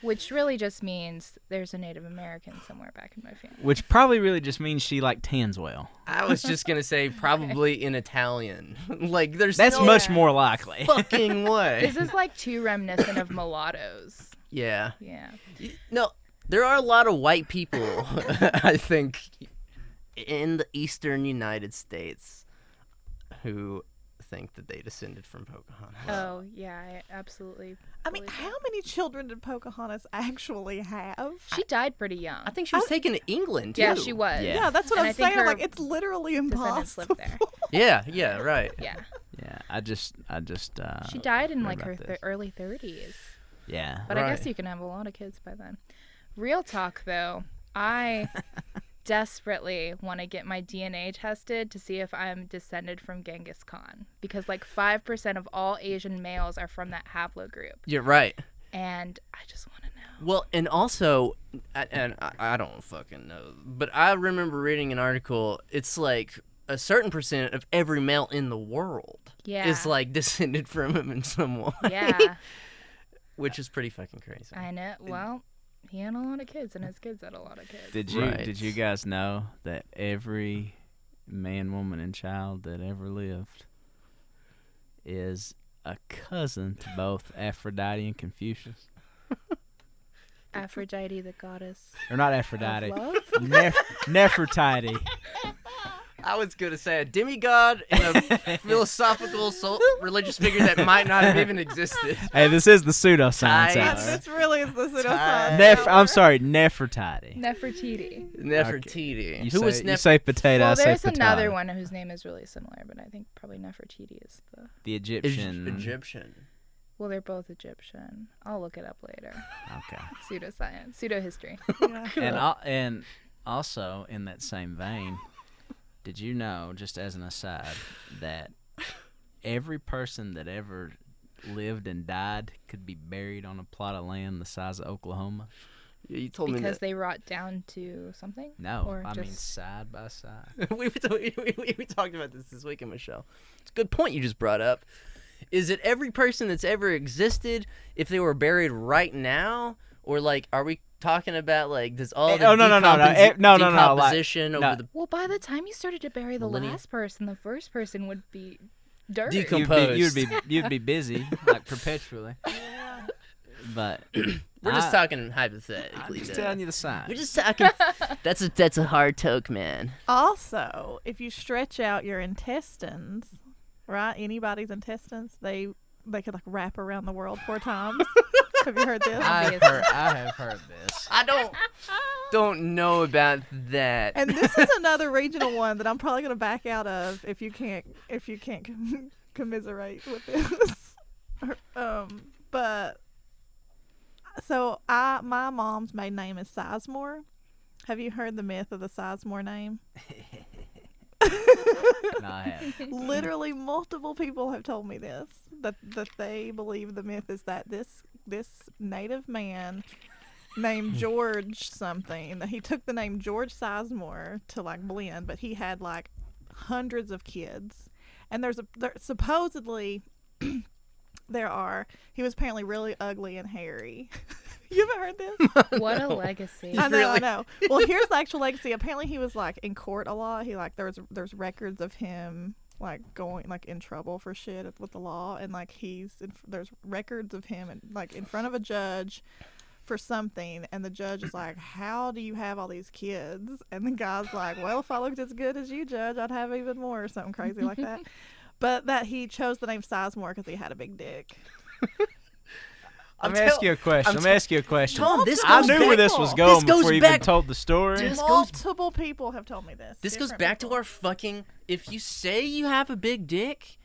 [SPEAKER 4] Which really just means there's a Native American somewhere back in my family.
[SPEAKER 3] Which probably really just means she like tans well.
[SPEAKER 1] I was just gonna say probably in Italian. Like there's
[SPEAKER 3] That's
[SPEAKER 1] no
[SPEAKER 3] much more likely.
[SPEAKER 1] fucking way.
[SPEAKER 4] This is like too reminiscent of mulattoes.
[SPEAKER 1] yeah,
[SPEAKER 4] Yeah.
[SPEAKER 1] no, there are a lot of white people. I think in the eastern United States who think that they descended from Pocahontas.
[SPEAKER 4] Oh, yeah, I absolutely.
[SPEAKER 2] I mean, how many children did Pocahontas actually have?
[SPEAKER 4] She died pretty young.
[SPEAKER 1] I think she was taken to England too.
[SPEAKER 4] yeah, she was.
[SPEAKER 3] Yeah.
[SPEAKER 2] Yeah, that's what
[SPEAKER 4] And
[SPEAKER 2] I'm
[SPEAKER 4] I think
[SPEAKER 2] saying. I'm
[SPEAKER 4] her
[SPEAKER 2] Like, it's literally
[SPEAKER 4] Descendants
[SPEAKER 2] impossible.
[SPEAKER 4] lived there.
[SPEAKER 1] Yeah, yeah, right.
[SPEAKER 4] Yeah.
[SPEAKER 3] Yeah, I just, I just. Uh,
[SPEAKER 4] She died in
[SPEAKER 3] read
[SPEAKER 4] like
[SPEAKER 3] about
[SPEAKER 4] her
[SPEAKER 3] this.
[SPEAKER 4] th- early 30s.
[SPEAKER 3] Yeah.
[SPEAKER 4] But I guess
[SPEAKER 1] Right.
[SPEAKER 4] you can have a lot of kids by then. Real talk though, I desperately want to get my DNA tested to see if I'm descended from Genghis Khan because like 5% of all Asian males are from that Havlo group.
[SPEAKER 1] You're right.
[SPEAKER 4] And I just want to know.
[SPEAKER 1] Well, and also, I- and I, I don't fucking know, but I remember reading an article. It's like a certain percent of every male in the world
[SPEAKER 4] Yeah.
[SPEAKER 1] is like descended from him in some way,
[SPEAKER 4] yeah.
[SPEAKER 1] which is pretty fucking crazy.
[SPEAKER 4] I know. Well, he had a lot of kids, and his kids had a lot of kids.
[SPEAKER 3] Did you
[SPEAKER 1] Right.
[SPEAKER 3] did you guys know that every man, woman, and child that ever lived is a cousin to both Aphrodite and Confucius?
[SPEAKER 4] Aphrodite, the goddess
[SPEAKER 3] Or not
[SPEAKER 4] of
[SPEAKER 3] Aphrodite.
[SPEAKER 4] love.
[SPEAKER 3] Neph- Nefertiti.
[SPEAKER 1] I was gonna say a demigod and a philosophical soul, religious figure that might not have even existed.
[SPEAKER 3] Hey, this is the pseudoscience
[SPEAKER 1] Tight.
[SPEAKER 3] hour.
[SPEAKER 2] That's, that's really is the pseudoscience.
[SPEAKER 3] Nef-
[SPEAKER 2] hour.
[SPEAKER 3] I'm sorry, Nefertiti.
[SPEAKER 4] Nefertiti.
[SPEAKER 1] Nefertiti.
[SPEAKER 3] You
[SPEAKER 1] Who
[SPEAKER 3] say,
[SPEAKER 1] was
[SPEAKER 3] you
[SPEAKER 1] Nef-
[SPEAKER 3] say potato, I
[SPEAKER 4] well,
[SPEAKER 3] say
[SPEAKER 4] there's
[SPEAKER 3] potato.
[SPEAKER 4] another one whose name is really similar, but I think probably Nefertiti is the.
[SPEAKER 3] The
[SPEAKER 1] Egy-
[SPEAKER 3] Egyptian.
[SPEAKER 1] Egyptian.
[SPEAKER 4] Well, they're both Egyptian. I'll look it up later.
[SPEAKER 3] Okay.
[SPEAKER 4] Pseudoscience, pseudo history.
[SPEAKER 2] Yeah.
[SPEAKER 3] and al- and also in that same vein, did you know, just as an aside, that every person that ever lived and died could be buried on a plot of land the size of Oklahoma?
[SPEAKER 1] Yeah, you told
[SPEAKER 4] Because
[SPEAKER 1] me
[SPEAKER 4] they rot down to something?
[SPEAKER 3] No,
[SPEAKER 4] Or
[SPEAKER 3] I mean
[SPEAKER 4] just-
[SPEAKER 3] side by side.
[SPEAKER 1] that. we, we, we, we talked about this this weekend, Michelle. It's a good point you just brought up. Is it every person that's ever existed, if they were buried right now, or like, are we talking about like does all
[SPEAKER 3] Eh,
[SPEAKER 1] the
[SPEAKER 3] oh, no, no, no, no,
[SPEAKER 1] decompos-
[SPEAKER 3] eh, no, no, no, like-
[SPEAKER 1] decomposition
[SPEAKER 3] no.
[SPEAKER 1] over
[SPEAKER 4] Well, by the time you started to bury the
[SPEAKER 1] Millennia-
[SPEAKER 4] last person, the first person would be dirt.
[SPEAKER 1] Decom-
[SPEAKER 3] You'd be, you'd be you'd be busy like perpetually. But
[SPEAKER 1] the? We're just
[SPEAKER 3] I-
[SPEAKER 1] talking hypothetically.
[SPEAKER 3] I'm just
[SPEAKER 1] though.
[SPEAKER 3] telling you the sign.
[SPEAKER 1] We're just talking. that's a that's a hard toke, man.
[SPEAKER 2] Also, if you stretch out your intestines, right? Anybody's intestines, they they could like wrap around the world four times. Have you heard this?
[SPEAKER 3] I've heard I have heard this.
[SPEAKER 1] I don't don't know about that.
[SPEAKER 2] and this is another regional one that I'm probably gonna back out of if you can't if you can't com- commiserate with this. um, but so I my mom's maiden name is Sizemore. Have you heard the myth of the Sizemore name?
[SPEAKER 3] No, I haven't.
[SPEAKER 2] Literally, multiple people have told me this that that they believe the myth is that this this native man named George something that he took the name George Sizemore to like blend, but he had like hundreds of kids, and there's a there, supposedly there are he was apparently really ugly and hairy. you ever heard this?
[SPEAKER 4] what a legacy.
[SPEAKER 2] I know, I
[SPEAKER 1] Really?
[SPEAKER 2] know. Well, here's the actual legacy. Apparently, he was like in court a lot. He like there was there's records of him like going like in trouble for shit with the law, and like he's in, there's records of him and like in front of a judge for something, and the judge is like, "How do you have all these kids?" And the guy's like, "Well, if I looked as good as you, judge, I'd have even more," or something crazy like that. But that he chose the name Sizemore because he had a big dick.
[SPEAKER 3] Let
[SPEAKER 1] I'm
[SPEAKER 3] me
[SPEAKER 1] tell-
[SPEAKER 3] ask you a question.
[SPEAKER 1] I'm
[SPEAKER 3] Let me ask you a question.
[SPEAKER 1] Tom, this
[SPEAKER 3] I
[SPEAKER 1] goes
[SPEAKER 3] knew
[SPEAKER 1] back-
[SPEAKER 3] where this was
[SPEAKER 2] This
[SPEAKER 3] going
[SPEAKER 1] goes
[SPEAKER 3] before you
[SPEAKER 1] back-
[SPEAKER 3] even told the story.
[SPEAKER 1] This goes-
[SPEAKER 2] Multiple people have told me this.
[SPEAKER 1] This goes
[SPEAKER 2] Different
[SPEAKER 1] back
[SPEAKER 2] people.
[SPEAKER 1] to our fucking. If you say you have a big dick,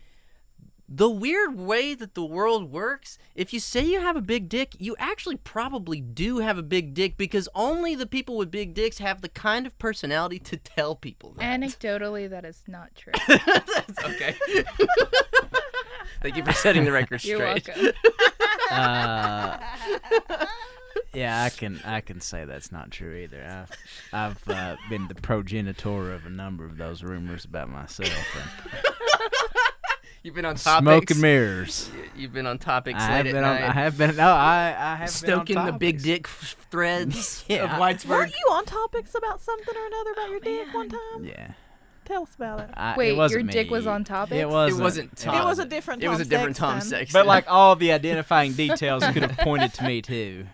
[SPEAKER 1] the weird way that the world works, if you say you have a big dick, you actually probably do have a big dick because only the people with big dicks have the kind of personality to tell people that.
[SPEAKER 4] Anecdotally, that is not true.
[SPEAKER 1] okay. Thank you for setting the record straight.
[SPEAKER 4] You're welcome.
[SPEAKER 3] Uh, yeah, I can I can say that's not true either. I've, I've uh, been the progenitor of a number of those rumors about myself. and
[SPEAKER 1] You've been on
[SPEAKER 3] smoke
[SPEAKER 1] topics.
[SPEAKER 3] and mirrors.
[SPEAKER 1] You've been on topics
[SPEAKER 3] I
[SPEAKER 1] late
[SPEAKER 3] have
[SPEAKER 1] at
[SPEAKER 3] been. On,
[SPEAKER 1] night.
[SPEAKER 3] I have been. No, I I have
[SPEAKER 1] stoking
[SPEAKER 3] been on
[SPEAKER 1] the big
[SPEAKER 3] topics.
[SPEAKER 1] dick f- threads
[SPEAKER 3] Yeah.
[SPEAKER 1] of
[SPEAKER 2] Were
[SPEAKER 1] Whitesburg.
[SPEAKER 2] you on topics about something or another about your dick one time?
[SPEAKER 3] Yeah.
[SPEAKER 2] Tell us about it.
[SPEAKER 3] I, it
[SPEAKER 4] Wait,
[SPEAKER 3] wasn't
[SPEAKER 4] your dick
[SPEAKER 3] me.
[SPEAKER 4] was on topics?
[SPEAKER 3] It wasn't.
[SPEAKER 1] wasn't Tom.
[SPEAKER 2] It was a different.
[SPEAKER 1] It
[SPEAKER 2] Tom
[SPEAKER 1] was a different Tom
[SPEAKER 2] Sexton.
[SPEAKER 1] Sexton.
[SPEAKER 3] But like all the identifying details could have pointed to me too.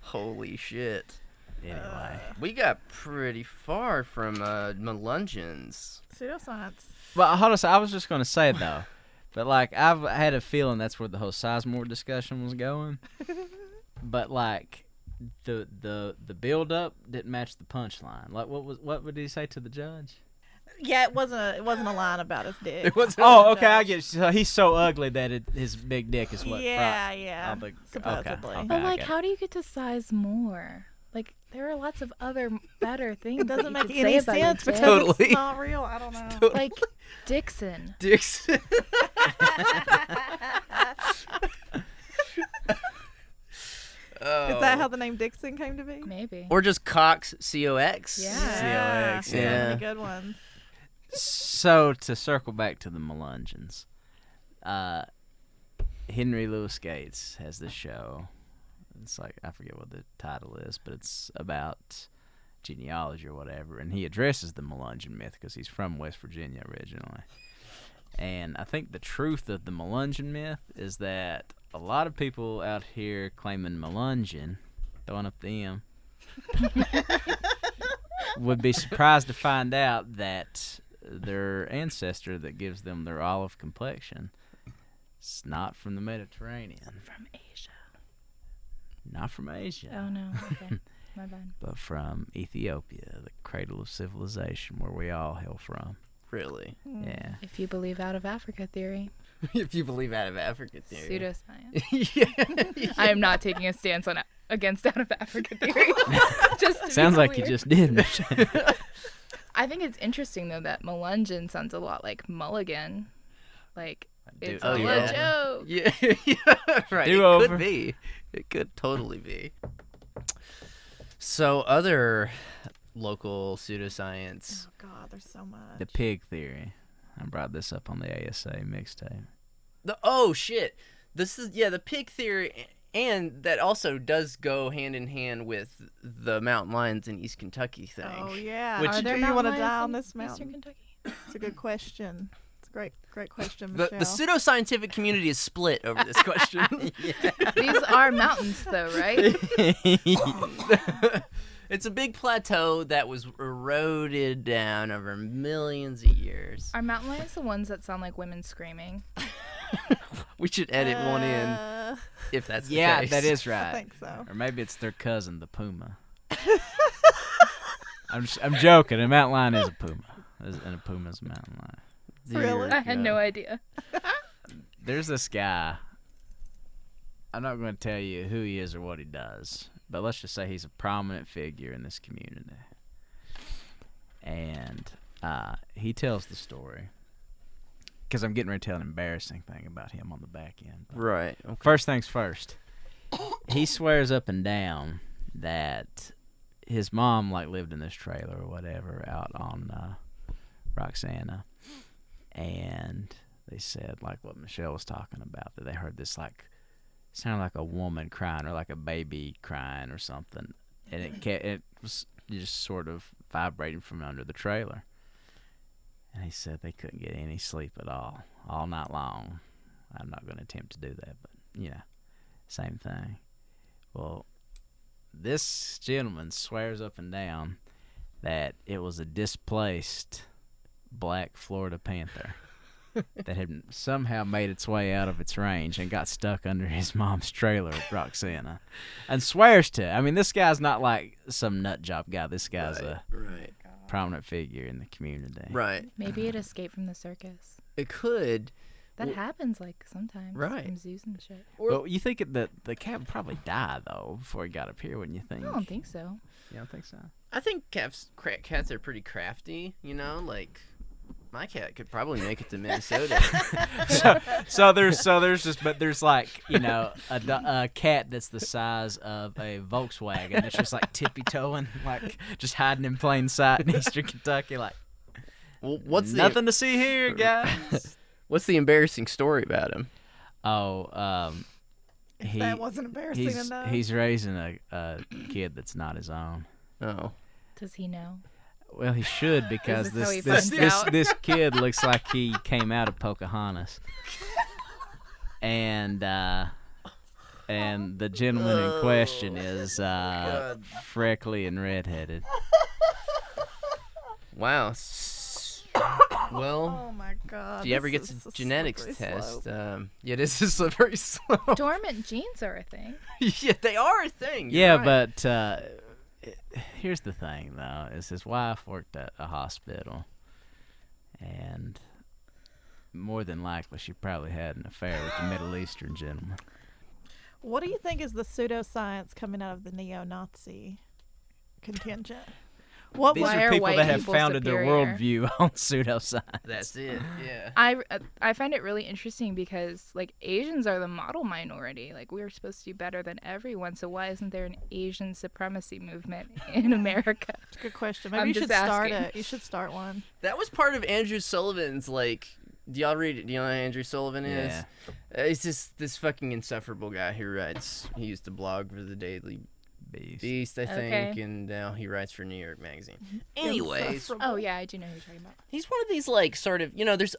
[SPEAKER 1] holy shit.
[SPEAKER 3] Anyway.
[SPEAKER 1] We got pretty far from uh, Melungeons.
[SPEAKER 2] Pseudoscience.
[SPEAKER 3] But hold on, a sec, I was just gonna say though, but like I've had a feeling that's where the whole Sizemore discussion was going. but like the the the build up didn't match the punchline. Like what was what would he say to the judge?
[SPEAKER 2] Yeah, it wasn't. A, it wasn't a line about his dick.
[SPEAKER 1] It was
[SPEAKER 3] Oh, okay, I get. So he's so ugly that it, his big dick is what.
[SPEAKER 2] yeah, yeah.
[SPEAKER 3] I'll be- okay,
[SPEAKER 2] supposedly,
[SPEAKER 3] okay.
[SPEAKER 4] But, like,
[SPEAKER 3] get it.
[SPEAKER 4] how do you get to size more? Like, there are lots of other better things.
[SPEAKER 2] it
[SPEAKER 4] that
[SPEAKER 2] doesn't
[SPEAKER 4] you
[SPEAKER 2] make
[SPEAKER 4] could
[SPEAKER 2] any
[SPEAKER 4] say about
[SPEAKER 2] sense
[SPEAKER 4] your
[SPEAKER 2] because
[SPEAKER 4] dick.
[SPEAKER 1] Totally.
[SPEAKER 2] it's not real. I don't know.
[SPEAKER 4] Like, Dixon.
[SPEAKER 1] dicks.
[SPEAKER 2] that how the name Dixon came to be?
[SPEAKER 4] Maybe.
[SPEAKER 1] or just Cox C O X.
[SPEAKER 4] Yeah.
[SPEAKER 3] CLX,
[SPEAKER 2] so many
[SPEAKER 1] yeah.
[SPEAKER 2] good ones.
[SPEAKER 3] So to circle back to the Melungeons, uh, Henry Louis Gates has this show. It's like I forget what the title is, but it's about genealogy or whatever, and he addresses the Melungeon myth because he's from West Virginia originally. And I think the truth of the Melungeon myth is that a lot of people out here claiming Melungeon, throwing up the M, would be surprised to find out that their ancestor that gives them their olive complexion is not from the Mediterranean,
[SPEAKER 4] From Asia.
[SPEAKER 3] not from Asia,
[SPEAKER 4] Oh no. Okay. My bad.
[SPEAKER 3] but from Ethiopia, the cradle of civilization where we all hail from.
[SPEAKER 1] Really?
[SPEAKER 4] Hmm.
[SPEAKER 3] Yeah.
[SPEAKER 4] If you believe out of Africa theory,
[SPEAKER 1] if you believe out of Africa theory.
[SPEAKER 4] pseudoscience.
[SPEAKER 1] yeah.
[SPEAKER 4] I am not taking a stance on against out of Africa theory. just to be
[SPEAKER 3] Sounds like you
[SPEAKER 4] clear.
[SPEAKER 3] just did. Michelle.
[SPEAKER 4] I think it's interesting though that Melungeon sounds a lot like Mulligan. Like
[SPEAKER 3] Do-
[SPEAKER 4] it's
[SPEAKER 1] Oh,
[SPEAKER 4] all a
[SPEAKER 1] yeah.
[SPEAKER 4] joke.
[SPEAKER 1] Yeah, right.
[SPEAKER 3] Do
[SPEAKER 1] it
[SPEAKER 3] over.
[SPEAKER 1] could be. It could totally be. So other local pseudoscience.
[SPEAKER 2] Oh God, there's so much.
[SPEAKER 3] the pig theory. I brought this up on the ASA mixtape.
[SPEAKER 1] The oh shit. This is yeah, the pig theory and that also does go hand in hand with the mountain lions in East Kentucky thing.
[SPEAKER 2] Oh yeah.
[SPEAKER 1] Which-
[SPEAKER 2] Are there
[SPEAKER 4] Do
[SPEAKER 2] do you want to die on this mountain?
[SPEAKER 4] Eastern Kentucky.
[SPEAKER 2] It's a good question. It's a great, great question,
[SPEAKER 1] The,
[SPEAKER 2] Michelle.
[SPEAKER 1] the pseudoscientific community is split over this question.
[SPEAKER 4] These are mountains though, right?
[SPEAKER 1] it's a big plateau that was eroded down over millions of years.
[SPEAKER 4] Are mountain lions the ones that sound like women screaming?
[SPEAKER 1] We should edit one in
[SPEAKER 2] Uh,
[SPEAKER 1] if that's the
[SPEAKER 3] yeah,
[SPEAKER 1] case.
[SPEAKER 3] that is
[SPEAKER 2] I
[SPEAKER 3] right.
[SPEAKER 2] think so.
[SPEAKER 3] Or maybe it's their cousin, the puma. I'm just, I'm joking. A mountain lion is a puma, Is- and a puma is a mountain lion.
[SPEAKER 1] Dear
[SPEAKER 2] Really?
[SPEAKER 4] I had
[SPEAKER 1] God.
[SPEAKER 4] no idea.
[SPEAKER 3] There's this guy. I'm not going to tell you who he is or what he does, but let's just say he's a prominent figure in this community. And uh, he tells the story because I'm getting ready to tell an embarrassing thing about him on the back end.
[SPEAKER 1] Right.
[SPEAKER 3] First things first. He swears up and down that his mom like lived in this trailer or whatever out on uh, Roxana, and they said like what Michelle was talking about that they heard this like sounded like a woman crying or like a baby crying or something, and it kept, it was just sort of vibrating from under the trailer. And he said they couldn't get any sleep at all, all night long. I'm not going to attempt to do that, but you know, same thing. Well, this gentleman swears up and down that it was a displaced black Florida panther that had somehow made its way out of its range and got stuck under his mom's trailer at Roxana. And swears to, I mean, this guy's not like some nut job guy. This guy's a
[SPEAKER 1] Right.
[SPEAKER 3] prominent figure in the community.
[SPEAKER 1] Right.
[SPEAKER 4] Maybe it escaped from the circus.
[SPEAKER 1] It could.
[SPEAKER 4] That
[SPEAKER 1] Uh-huh. Well-
[SPEAKER 4] happens like sometimes.
[SPEAKER 1] Right.
[SPEAKER 4] In zoos and shit.
[SPEAKER 3] Well, you think that the cat would probably die though before he got up here, wouldn't you think?
[SPEAKER 4] I don't think so.
[SPEAKER 3] Yeah, I think so.
[SPEAKER 1] I think cats cra- cats are pretty crafty, you know, like my cat could probably make it to Minnesota.
[SPEAKER 3] so, so there's so there's just but there's like you know a, do- a cat that's the size of a Volkswagen that's just like tippy toeing like just hiding in plain sight in Eastern Kentucky like
[SPEAKER 1] well, what's the
[SPEAKER 3] nothing to see here guys.
[SPEAKER 1] what's the embarrassing story about him?
[SPEAKER 3] oh, um, he
[SPEAKER 2] that wasn't embarrassing
[SPEAKER 3] he's
[SPEAKER 2] enough.
[SPEAKER 3] he's raising a, a kid that's not his own.
[SPEAKER 1] Oh.
[SPEAKER 4] Does he know?
[SPEAKER 3] Well, he should because
[SPEAKER 4] this how
[SPEAKER 3] this
[SPEAKER 4] he
[SPEAKER 3] this
[SPEAKER 4] finds
[SPEAKER 3] this,
[SPEAKER 4] out?
[SPEAKER 3] this kid looks like he came out of Pocahontas, and uh, and the gentleman
[SPEAKER 4] Oh,
[SPEAKER 3] in question is uh, freckly and redheaded.
[SPEAKER 1] Wow. S- well,
[SPEAKER 2] oh my God.
[SPEAKER 1] if you ever
[SPEAKER 2] this
[SPEAKER 1] get
[SPEAKER 2] is
[SPEAKER 1] a
[SPEAKER 2] a
[SPEAKER 1] genetics
[SPEAKER 2] slippery
[SPEAKER 1] test,
[SPEAKER 2] slope.
[SPEAKER 1] um, yeah, this is a very slow.
[SPEAKER 4] Dormant genes are a thing.
[SPEAKER 1] yeah, they are a thing. you're
[SPEAKER 3] Yeah,
[SPEAKER 1] right.
[SPEAKER 3] but uh, here's the thing though: is his wife worked at a hospital, and more than likely she probably had an affair with the Middle Eastern gentleman.
[SPEAKER 2] What do you think is the pseudoscience coming out of the neo Nazi contingent? What
[SPEAKER 3] These
[SPEAKER 2] was
[SPEAKER 4] Why
[SPEAKER 3] are
[SPEAKER 4] are
[SPEAKER 3] people
[SPEAKER 4] white
[SPEAKER 3] that have
[SPEAKER 4] people
[SPEAKER 3] founded their
[SPEAKER 4] superior?
[SPEAKER 3] worldview on pseudoscience.
[SPEAKER 1] That's it. Yeah.
[SPEAKER 4] I uh, I find it really interesting because like Asians are the model minority. Like we're supposed to do better than everyone. So why isn't there an Asian supremacy movement in America?
[SPEAKER 2] It's a good question.
[SPEAKER 4] I'm
[SPEAKER 2] Maybe you
[SPEAKER 4] just
[SPEAKER 2] should start
[SPEAKER 4] asking.
[SPEAKER 2] it. You should start one.
[SPEAKER 1] That was part of Andrew Sullivan's like. Do y'all read? Do you know who Andrew Sullivan is?
[SPEAKER 3] Yeah.
[SPEAKER 1] Uh, It's just this fucking insufferable guy who writes. He used to blog for the Daily
[SPEAKER 3] Beast.
[SPEAKER 1] Beast, I
[SPEAKER 4] Okay.
[SPEAKER 1] think, and now he writes for New York
[SPEAKER 2] Mm-hmm.
[SPEAKER 1] Magazine. Anyways,
[SPEAKER 2] Insufferable.
[SPEAKER 4] Oh yeah, I do know who you're talking about.
[SPEAKER 1] he's one of these like sort of you know. There's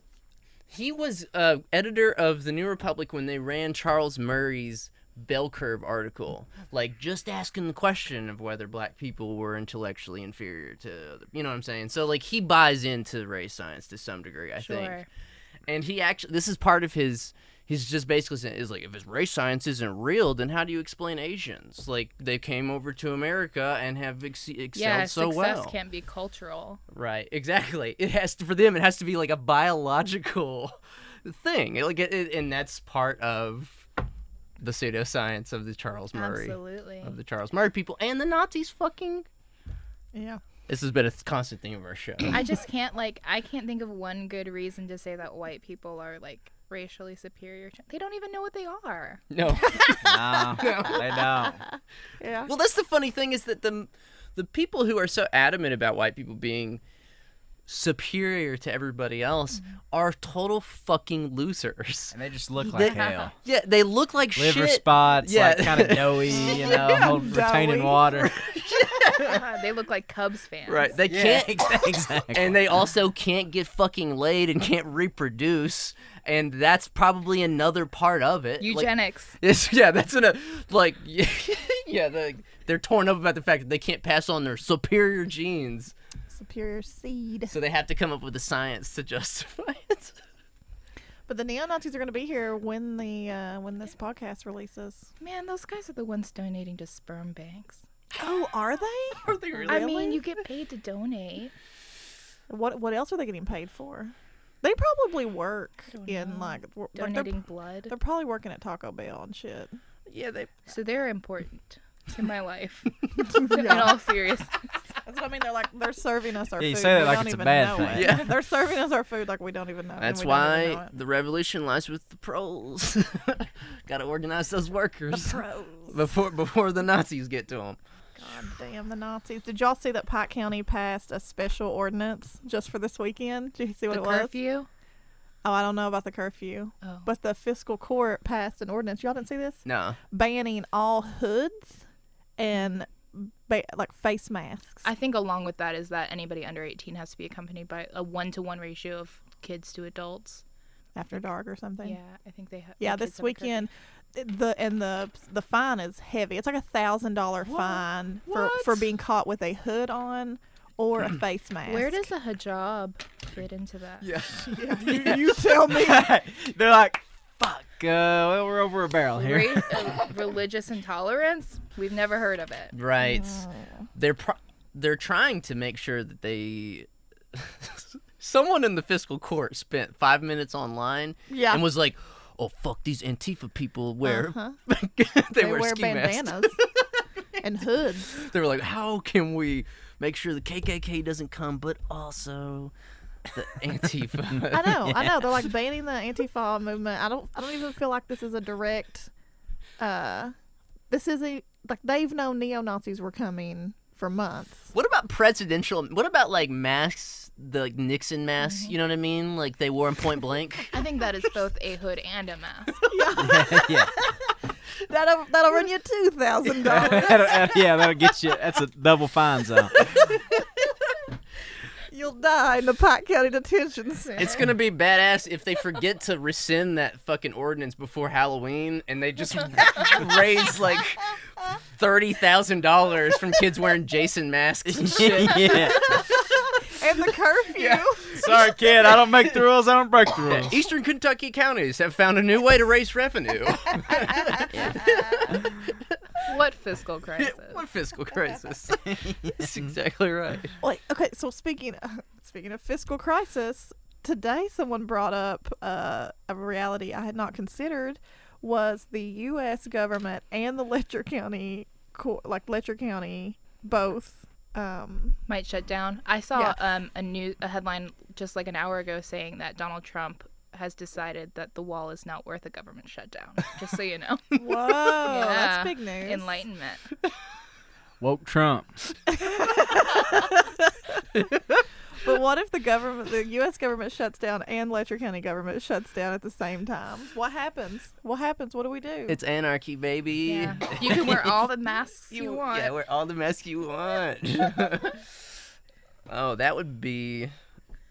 [SPEAKER 1] he was uh, editor of the New Republic when they ran Charles Murray's bell curve article, like just asking the question of whether black people were intellectually inferior to other. You know what I'm saying? So like he buys into race science to some degree, I think
[SPEAKER 4] Sure.
[SPEAKER 1] and he actually this is part of his he's just basically saying is like if his race science isn't real then how do you explain asians like they came over to america and have ex- excelled
[SPEAKER 4] Yeah,
[SPEAKER 1] so
[SPEAKER 4] success
[SPEAKER 1] well
[SPEAKER 4] can't be cultural.
[SPEAKER 1] right exactly it has to for them it has to be like a biological thing It- like it, it- and that's part of the pseudoscience of the charles murray
[SPEAKER 4] Absolutely.
[SPEAKER 1] of the charles murray people and the nazis fucking
[SPEAKER 2] Yeah.
[SPEAKER 1] this has been a constant theme of our show
[SPEAKER 4] I just can't like I can't think of one good reason to say that white people are like racially superior. To- they don't even know what they are.
[SPEAKER 1] no
[SPEAKER 3] no, they don't.
[SPEAKER 2] Yeah.
[SPEAKER 1] Well, that's the funny thing is that the the people who are so adamant about white people being superior to everybody else are total fucking losers.
[SPEAKER 3] And they just look
[SPEAKER 1] They-
[SPEAKER 3] like hell.
[SPEAKER 1] Yeah, they look like
[SPEAKER 3] Liver
[SPEAKER 1] shit.
[SPEAKER 3] spots,
[SPEAKER 1] Yeah.
[SPEAKER 3] like kind of doughy, you know, hold- retaining
[SPEAKER 2] doughy.
[SPEAKER 3] water.
[SPEAKER 4] God, Uh, they look like Cubs fans.
[SPEAKER 1] Right. They
[SPEAKER 3] Yeah,
[SPEAKER 1] can't
[SPEAKER 3] ex- exactly.
[SPEAKER 1] and they also can't get fucking laid and can't reproduce and that's probably another part of it. Like-
[SPEAKER 4] Eugenics.
[SPEAKER 1] It's, yeah, that's gonna like yeah, the, they're torn up about the fact that they can't pass on their superior genes,
[SPEAKER 2] Superior seed.
[SPEAKER 1] so they have to come up with a science to justify it.
[SPEAKER 2] But the neo Nazis are going to be here when the uh, when this podcast releases.
[SPEAKER 4] Man, those guys are the ones donating to sperm banks.
[SPEAKER 2] Oh, are they?
[SPEAKER 1] Are they really?
[SPEAKER 4] I mean,
[SPEAKER 2] Really?
[SPEAKER 4] you get paid to donate.
[SPEAKER 2] what What else are they getting paid for? They probably work
[SPEAKER 4] I don't
[SPEAKER 2] in
[SPEAKER 4] know.
[SPEAKER 2] like, w- like they're,
[SPEAKER 4] Donating blood.
[SPEAKER 2] they're probably working at Taco Bell and shit.
[SPEAKER 1] Yeah, they.
[SPEAKER 4] So they're important to my life. In all seriousness.
[SPEAKER 2] That's what I mean. They're like they're serving us our
[SPEAKER 3] Yeah, you
[SPEAKER 2] food.
[SPEAKER 3] say that
[SPEAKER 2] we
[SPEAKER 3] like
[SPEAKER 2] don't
[SPEAKER 3] it's a
[SPEAKER 2] even
[SPEAKER 3] bad
[SPEAKER 2] know
[SPEAKER 3] thing.
[SPEAKER 2] it.
[SPEAKER 1] Yeah.
[SPEAKER 2] they're serving us our food like we don't even know. and
[SPEAKER 1] That's
[SPEAKER 2] we don't even
[SPEAKER 1] why
[SPEAKER 2] know
[SPEAKER 1] the revolution lies with the proles. Got to organize those
[SPEAKER 2] it. the
[SPEAKER 1] workers
[SPEAKER 2] pros.
[SPEAKER 1] before before the Nazis get to them.
[SPEAKER 2] God damn the Nazis! Did y'all see that Pike County passed a special ordinance just for this weekend? Did you see what
[SPEAKER 4] the
[SPEAKER 2] it was?
[SPEAKER 4] curfew.
[SPEAKER 2] Oh, I don't know about the curfew,
[SPEAKER 4] Oh.
[SPEAKER 2] but the fiscal court passed an ordinance. Y'all didn't see this?
[SPEAKER 1] No,
[SPEAKER 2] Banning all hoods and ba- like face masks.
[SPEAKER 4] I think along with that is that anybody under 18 has to be accompanied by a one to one ratio of kids to adults.
[SPEAKER 2] after dark or something.
[SPEAKER 4] Yeah, I think they have.
[SPEAKER 2] Yeah, this weekend, th- the and the the fine is heavy. It's like a thousand dollar fine
[SPEAKER 1] What?
[SPEAKER 2] for for being caught with a hood on or a face mask.
[SPEAKER 4] Where does a hijab fit into that?
[SPEAKER 1] Yeah.
[SPEAKER 2] you, you tell me?
[SPEAKER 3] They're like, fuck, uh, well, we're over a barrel here.
[SPEAKER 4] Re- uh, religious intolerance? We've never heard of it.
[SPEAKER 1] right?
[SPEAKER 2] Mm.
[SPEAKER 1] They're pro- they're trying to make sure that they. Someone in the fiscal court spent five minutes online
[SPEAKER 2] Yeah.
[SPEAKER 1] and was like, "Oh fuck, these Antifa people wear
[SPEAKER 2] Uh-huh.
[SPEAKER 1] they,
[SPEAKER 2] They
[SPEAKER 1] wear,
[SPEAKER 2] wear
[SPEAKER 1] ski masks."
[SPEAKER 2] bandanas and hoods.
[SPEAKER 1] They were like, "How can we make sure the KKK doesn't come, but also the Antifa?"
[SPEAKER 2] I know, I know. They're like banning the anti-fall movement. I don't, I don't even feel like this is a direct. Uh, this is a like they've known neo Nazis were coming for months.
[SPEAKER 1] What about presidential? What about like masks, the like, Nixon masks?
[SPEAKER 2] Mm-hmm.
[SPEAKER 1] You know what I mean? Like they wore in Point Blank.
[SPEAKER 4] I think that is both a hood and a mask.
[SPEAKER 3] yeah.
[SPEAKER 2] That'll that'll run you two thousand dollars.
[SPEAKER 3] yeah, that'll get you. That's a double fine zone.
[SPEAKER 2] You'll die in the Pike County Detention Center.
[SPEAKER 1] It's gonna be badass if they forget to rescind that fucking ordinance before Halloween and they just raise like thirty thousand dollars from kids wearing Jason masks and shit.
[SPEAKER 3] yeah.
[SPEAKER 2] and the curfew.
[SPEAKER 3] Sorry, kid. I don't make the rules. I don't break the rules.
[SPEAKER 1] Eastern Kentucky counties have found a new way to raise revenue.
[SPEAKER 4] What fiscal crisis?
[SPEAKER 1] what fiscal crisis? That's exactly right.
[SPEAKER 2] Wait, okay. So speaking speaking of fiscal crisis, today someone brought up uh, a reality I had not considered was the U.S. government and the Letcher County, co- like Letcher County, both um,
[SPEAKER 4] might shut down. I saw um, a new a headline just like an hour ago saying that Donald Trump has decided that the wall is not worth a government shutdown. Just so you know,
[SPEAKER 2] whoa,
[SPEAKER 4] Yeah.
[SPEAKER 2] that's big news.
[SPEAKER 4] enlightenment.
[SPEAKER 3] Woke Trump.
[SPEAKER 2] But what if the government, the U.S. government shuts down and Letcher County government shuts down at the same time? What happens? What happens? What do we do?
[SPEAKER 1] It's anarchy, baby.
[SPEAKER 4] Yeah. You can wear all the masks you, want.
[SPEAKER 1] Yeah, wear all the mess you want. oh, that would be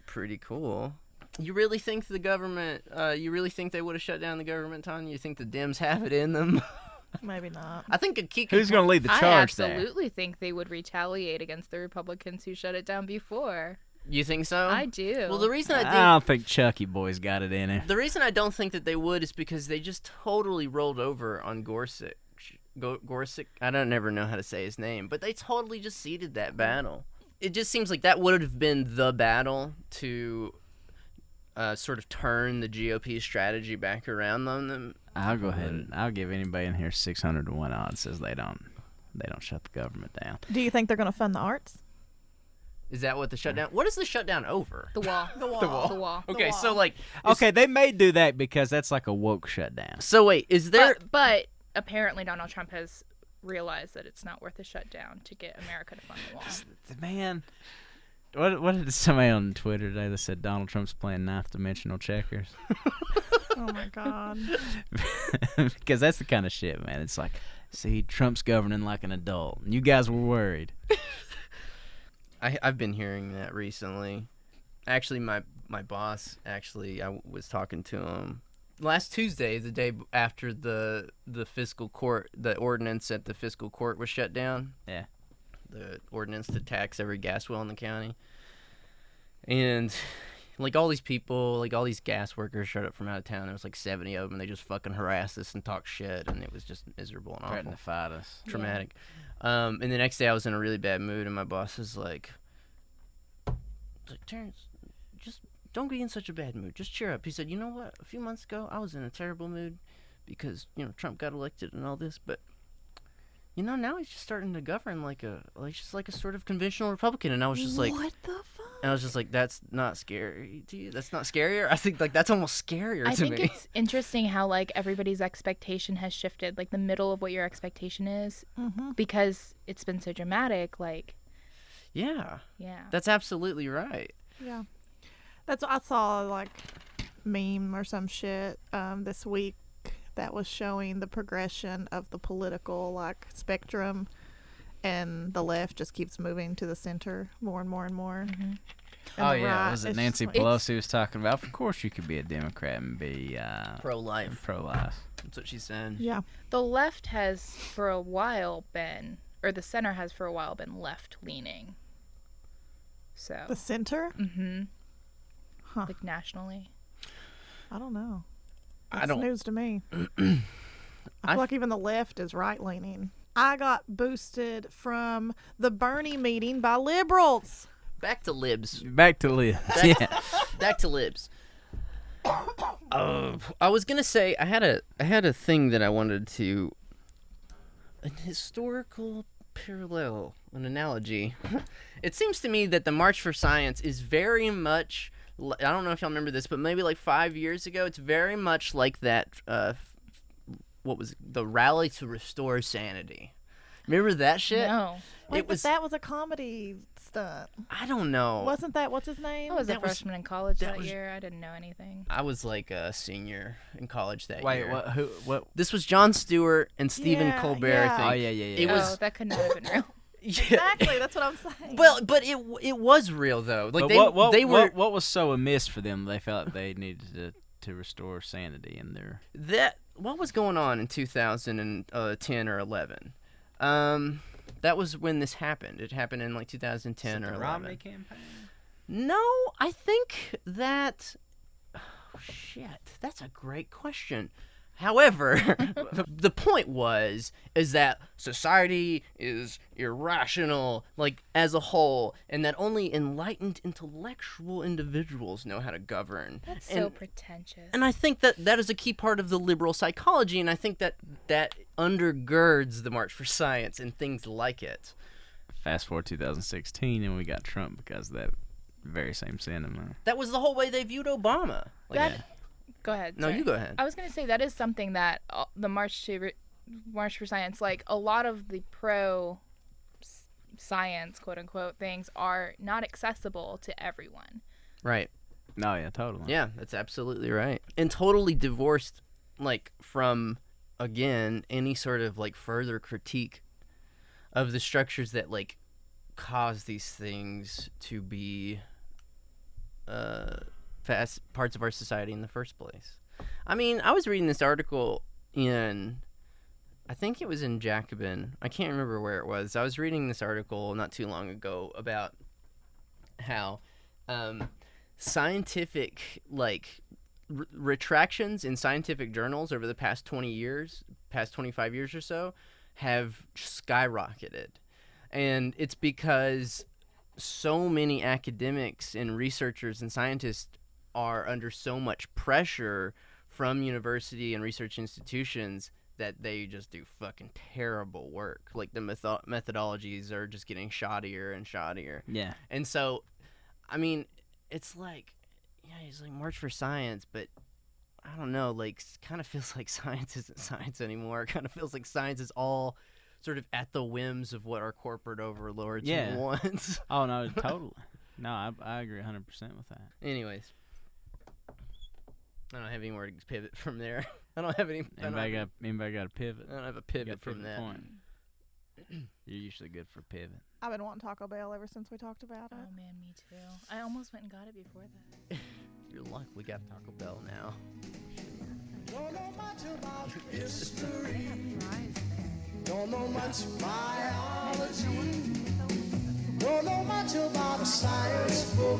[SPEAKER 1] pretty cool. You really think the government? Uh, you really think they would have shut down the government, Tanya? You think the Dems have it in them?
[SPEAKER 2] Maybe not.
[SPEAKER 1] I think a key.
[SPEAKER 3] Who's going to lead the
[SPEAKER 4] I
[SPEAKER 3] charge there?
[SPEAKER 4] absolutely think they would retaliate against the Republicans who shut it down before.
[SPEAKER 1] You think so?
[SPEAKER 4] I do.
[SPEAKER 1] Well, the reason I think
[SPEAKER 3] I don't think Chucky Boy's got it in him.
[SPEAKER 1] The reason I don't think that they would is because they just totally rolled over on Gorsuch. Go- Gorsuch, I don't never know how to say his name, but they totally just ceded that battle. It just seems like that would have been the battle to uh, sort of turn the GOP strategy back around on them.
[SPEAKER 3] I'll go ahead and I'll give anybody in here six hundred to one odds says they don't they don't shut the government down.
[SPEAKER 2] Do you think they're going to fund the arts?
[SPEAKER 1] Is that what the shutdown? What is the shutdown over?
[SPEAKER 4] the wall. The wall. The wall.
[SPEAKER 1] Okay, so like,
[SPEAKER 3] Okay, they may do that because that's like a woke shutdown.
[SPEAKER 1] so wait, is there?
[SPEAKER 4] But, but apparently Donald Trump has realized that it's not worth a shutdown to get America to fund the wall.
[SPEAKER 3] Man, what what did somebody on Twitter today that said Donald Trump's playing ninth dimensional checkers?
[SPEAKER 2] Oh my God.
[SPEAKER 3] because that's the kind of shit, man. It's like, see, Trump's governing like an adult. And you guys were worried.
[SPEAKER 1] I, I've been hearing that recently. Actually, my my boss actually I w- was talking to him last Tuesday, the day b- after the the fiscal court, the ordinance at the fiscal court was shut down.
[SPEAKER 3] Yeah.
[SPEAKER 1] The ordinance to tax every gas well in the county, and like all these people, like all these gas workers showed up from out of town. There was like seventy of them. They just fucking harassed us and talked shit, and it was just miserable and awful
[SPEAKER 3] Threatened to fight us.
[SPEAKER 1] traumatic. Um, and the next day, I was in a really bad mood, and my boss was like, was like, Terrence, just don't be in such a bad mood. Just cheer up. He said, you know what? A few months ago, I was in a terrible mood because you know Trump got elected and all this, but you know now he's just starting to govern like a like just like a sort of conventional Republican. And I was just like,
[SPEAKER 2] what the fuck?
[SPEAKER 1] and I was just like, that's not scary to you. That's not scarier. I think like that's almost scarier
[SPEAKER 4] I
[SPEAKER 1] to
[SPEAKER 4] think
[SPEAKER 1] me.
[SPEAKER 4] it's interesting how like everybody's expectation has shifted, like the middle of what your expectation is,
[SPEAKER 1] Mm-hmm.
[SPEAKER 2] Mhm.
[SPEAKER 4] because it's been so dramatic. Like,
[SPEAKER 1] yeah,
[SPEAKER 4] yeah,
[SPEAKER 1] that's absolutely right.
[SPEAKER 2] Yeah. That's what I saw like meme or some shit um, this week that was showing the progression of the political like spectrum and the left just keeps moving to the center more and more and more.
[SPEAKER 1] Mm-hmm.
[SPEAKER 2] And
[SPEAKER 3] oh
[SPEAKER 2] the
[SPEAKER 3] yeah,
[SPEAKER 2] right
[SPEAKER 3] was it
[SPEAKER 2] is
[SPEAKER 3] Nancy
[SPEAKER 2] just like-
[SPEAKER 3] Pelosi was talking about? Of course, you could be a Democrat and be uh,
[SPEAKER 1] Pro life.
[SPEAKER 3] pro life.
[SPEAKER 1] That's what she said.
[SPEAKER 2] Yeah.
[SPEAKER 4] the left has for a while been, or the center has for a while been left leaning. So,
[SPEAKER 2] The center?
[SPEAKER 1] Mm.
[SPEAKER 4] hmm
[SPEAKER 2] Huh.
[SPEAKER 4] like nationally,
[SPEAKER 2] I don't know.
[SPEAKER 1] I
[SPEAKER 2] That's
[SPEAKER 1] don't-
[SPEAKER 2] news to me. I feel
[SPEAKER 1] I-
[SPEAKER 2] like even the left is right leaning. I got boosted from the Bernie meeting by liberals.
[SPEAKER 1] Back to libs.
[SPEAKER 3] Back to Liz. yeah,
[SPEAKER 1] back to libs. Uh, I was gonna say I had a I had a thing that I wanted to an historical parallel, an analogy. it seems to me that the March for Science is very much. li- I don't know if y'all remember this, but maybe like five years ago, it's very much like that. Uh, f- what was it? the rally to restore sanity? Remember that shit?
[SPEAKER 4] no,
[SPEAKER 2] Wait,
[SPEAKER 1] it was. Oh.
[SPEAKER 2] but that was a comedy stunt.
[SPEAKER 1] I don't know.
[SPEAKER 2] Wasn't that what's his name?
[SPEAKER 4] I was a
[SPEAKER 1] That was-
[SPEAKER 4] freshman in college
[SPEAKER 1] that
[SPEAKER 4] that,
[SPEAKER 1] was-
[SPEAKER 4] year. I didn't know anything.
[SPEAKER 1] I was like a senior in college that year.
[SPEAKER 3] wait, what? Who? What?
[SPEAKER 1] This was John Stewart and Stephen
[SPEAKER 2] Yeah,
[SPEAKER 1] Colbert.
[SPEAKER 2] yeah.
[SPEAKER 1] I think.
[SPEAKER 3] Oh yeah, yeah, yeah.
[SPEAKER 1] It
[SPEAKER 4] oh,
[SPEAKER 1] was-
[SPEAKER 4] that could not have been real.
[SPEAKER 1] Yeah.
[SPEAKER 2] Exactly. That's what I'm saying.
[SPEAKER 1] Well, but it it was real though. Like
[SPEAKER 3] But
[SPEAKER 1] they
[SPEAKER 3] what, what,
[SPEAKER 1] they were
[SPEAKER 3] what, what was so amiss for them? They felt like they needed to, to restore sanity in their.
[SPEAKER 1] that what was going on in 2010 or 11. Um, that was when this happened. It happened in like 2010 or 11.
[SPEAKER 3] campaign.
[SPEAKER 1] No, I think that. Oh, shit, that's a great question. However, the, the point was is that society is irrational, like as a whole, and that only enlightened intellectual individuals know how to govern.
[SPEAKER 4] That's
[SPEAKER 1] and,
[SPEAKER 4] so pretentious.
[SPEAKER 1] and I think that that is a key part of the liberal psychology, and I think that that undergirds the March for Science and things like it.
[SPEAKER 3] Fast forward 2016, and we got Trump because of that very same sentiment.
[SPEAKER 1] That was the whole way they viewed Obama. Like,
[SPEAKER 4] That- Go ahead.
[SPEAKER 1] No,
[SPEAKER 4] sorry. Oh.
[SPEAKER 1] you go ahead.
[SPEAKER 4] I was going to say that is something that uh, the March to Re- March for Science, like a lot of the pro s- science quote unquote things, are not accessible to everyone.
[SPEAKER 1] right.
[SPEAKER 3] Oh yeah, totally.
[SPEAKER 1] Yeah, that's absolutely right. And totally divorced, like, from, again, any sort of, like, further critique of the structures that, like, cause these things to be uh, fast parts of our society in the first place. I mean, I was reading this article in. I think it was in Jacobin. I can't remember where it was. I was reading this article not too long ago about how um, scientific like r- retractions in scientific journals over the past 20 years past 25 years or so have skyrocketed and it's because so many academics and researchers and scientists are under so much pressure from university and research institutions that they just do fucking terrible work like the metho- methodologies are just getting shoddier and shoddier
[SPEAKER 3] Yeah.
[SPEAKER 1] and so, I mean, it's like, yeah, he's like March for Science, but I don't know. Like, kind of feels like science isn't science anymore. Kind of feels like science is all sort of at the whims of what our corporate overlords
[SPEAKER 3] Yeah.
[SPEAKER 1] want.
[SPEAKER 3] Oh no, totally. No, I, I agree 100 percent with that.
[SPEAKER 1] Anyways, I don't have anywhere to pivot from there. I don't have any. I don't
[SPEAKER 3] Anybody
[SPEAKER 1] have,
[SPEAKER 3] got anybody got a pivot?
[SPEAKER 1] I don't have a
[SPEAKER 3] You
[SPEAKER 1] Uh, pivot
[SPEAKER 3] got a
[SPEAKER 1] from
[SPEAKER 3] pivot
[SPEAKER 1] that.
[SPEAKER 3] Point. You're usually good for pivot.
[SPEAKER 2] I've been wanting Taco Bell ever since we talked about it.
[SPEAKER 4] Oh man, me too. I almost went and got it before that.
[SPEAKER 1] You're lucky we got Taco Bell now.
[SPEAKER 5] Don't know much about history.
[SPEAKER 4] They have fries there.
[SPEAKER 5] Don't know much biology. Don't know much about a science book.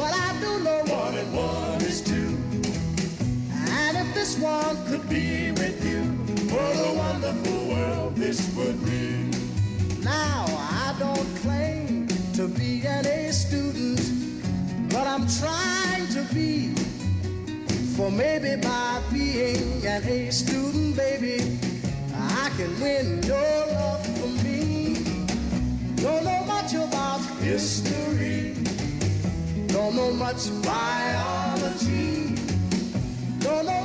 [SPEAKER 5] But I do know one and one is two. And if this one could be with you, what a wonderful world this would be. Now, I don't claim to be an A student, but I'm trying to be. For maybe by being an A student, baby, I can win your love for me. Don't know much about history. Don't know much biology. Don't know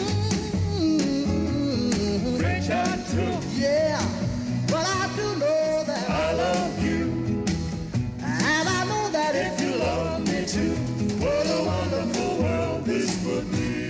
[SPEAKER 5] Mm-hmm. French I took. Yeah. But I do know that I love you. And I know that if you love me too, what a wonderful world this would be.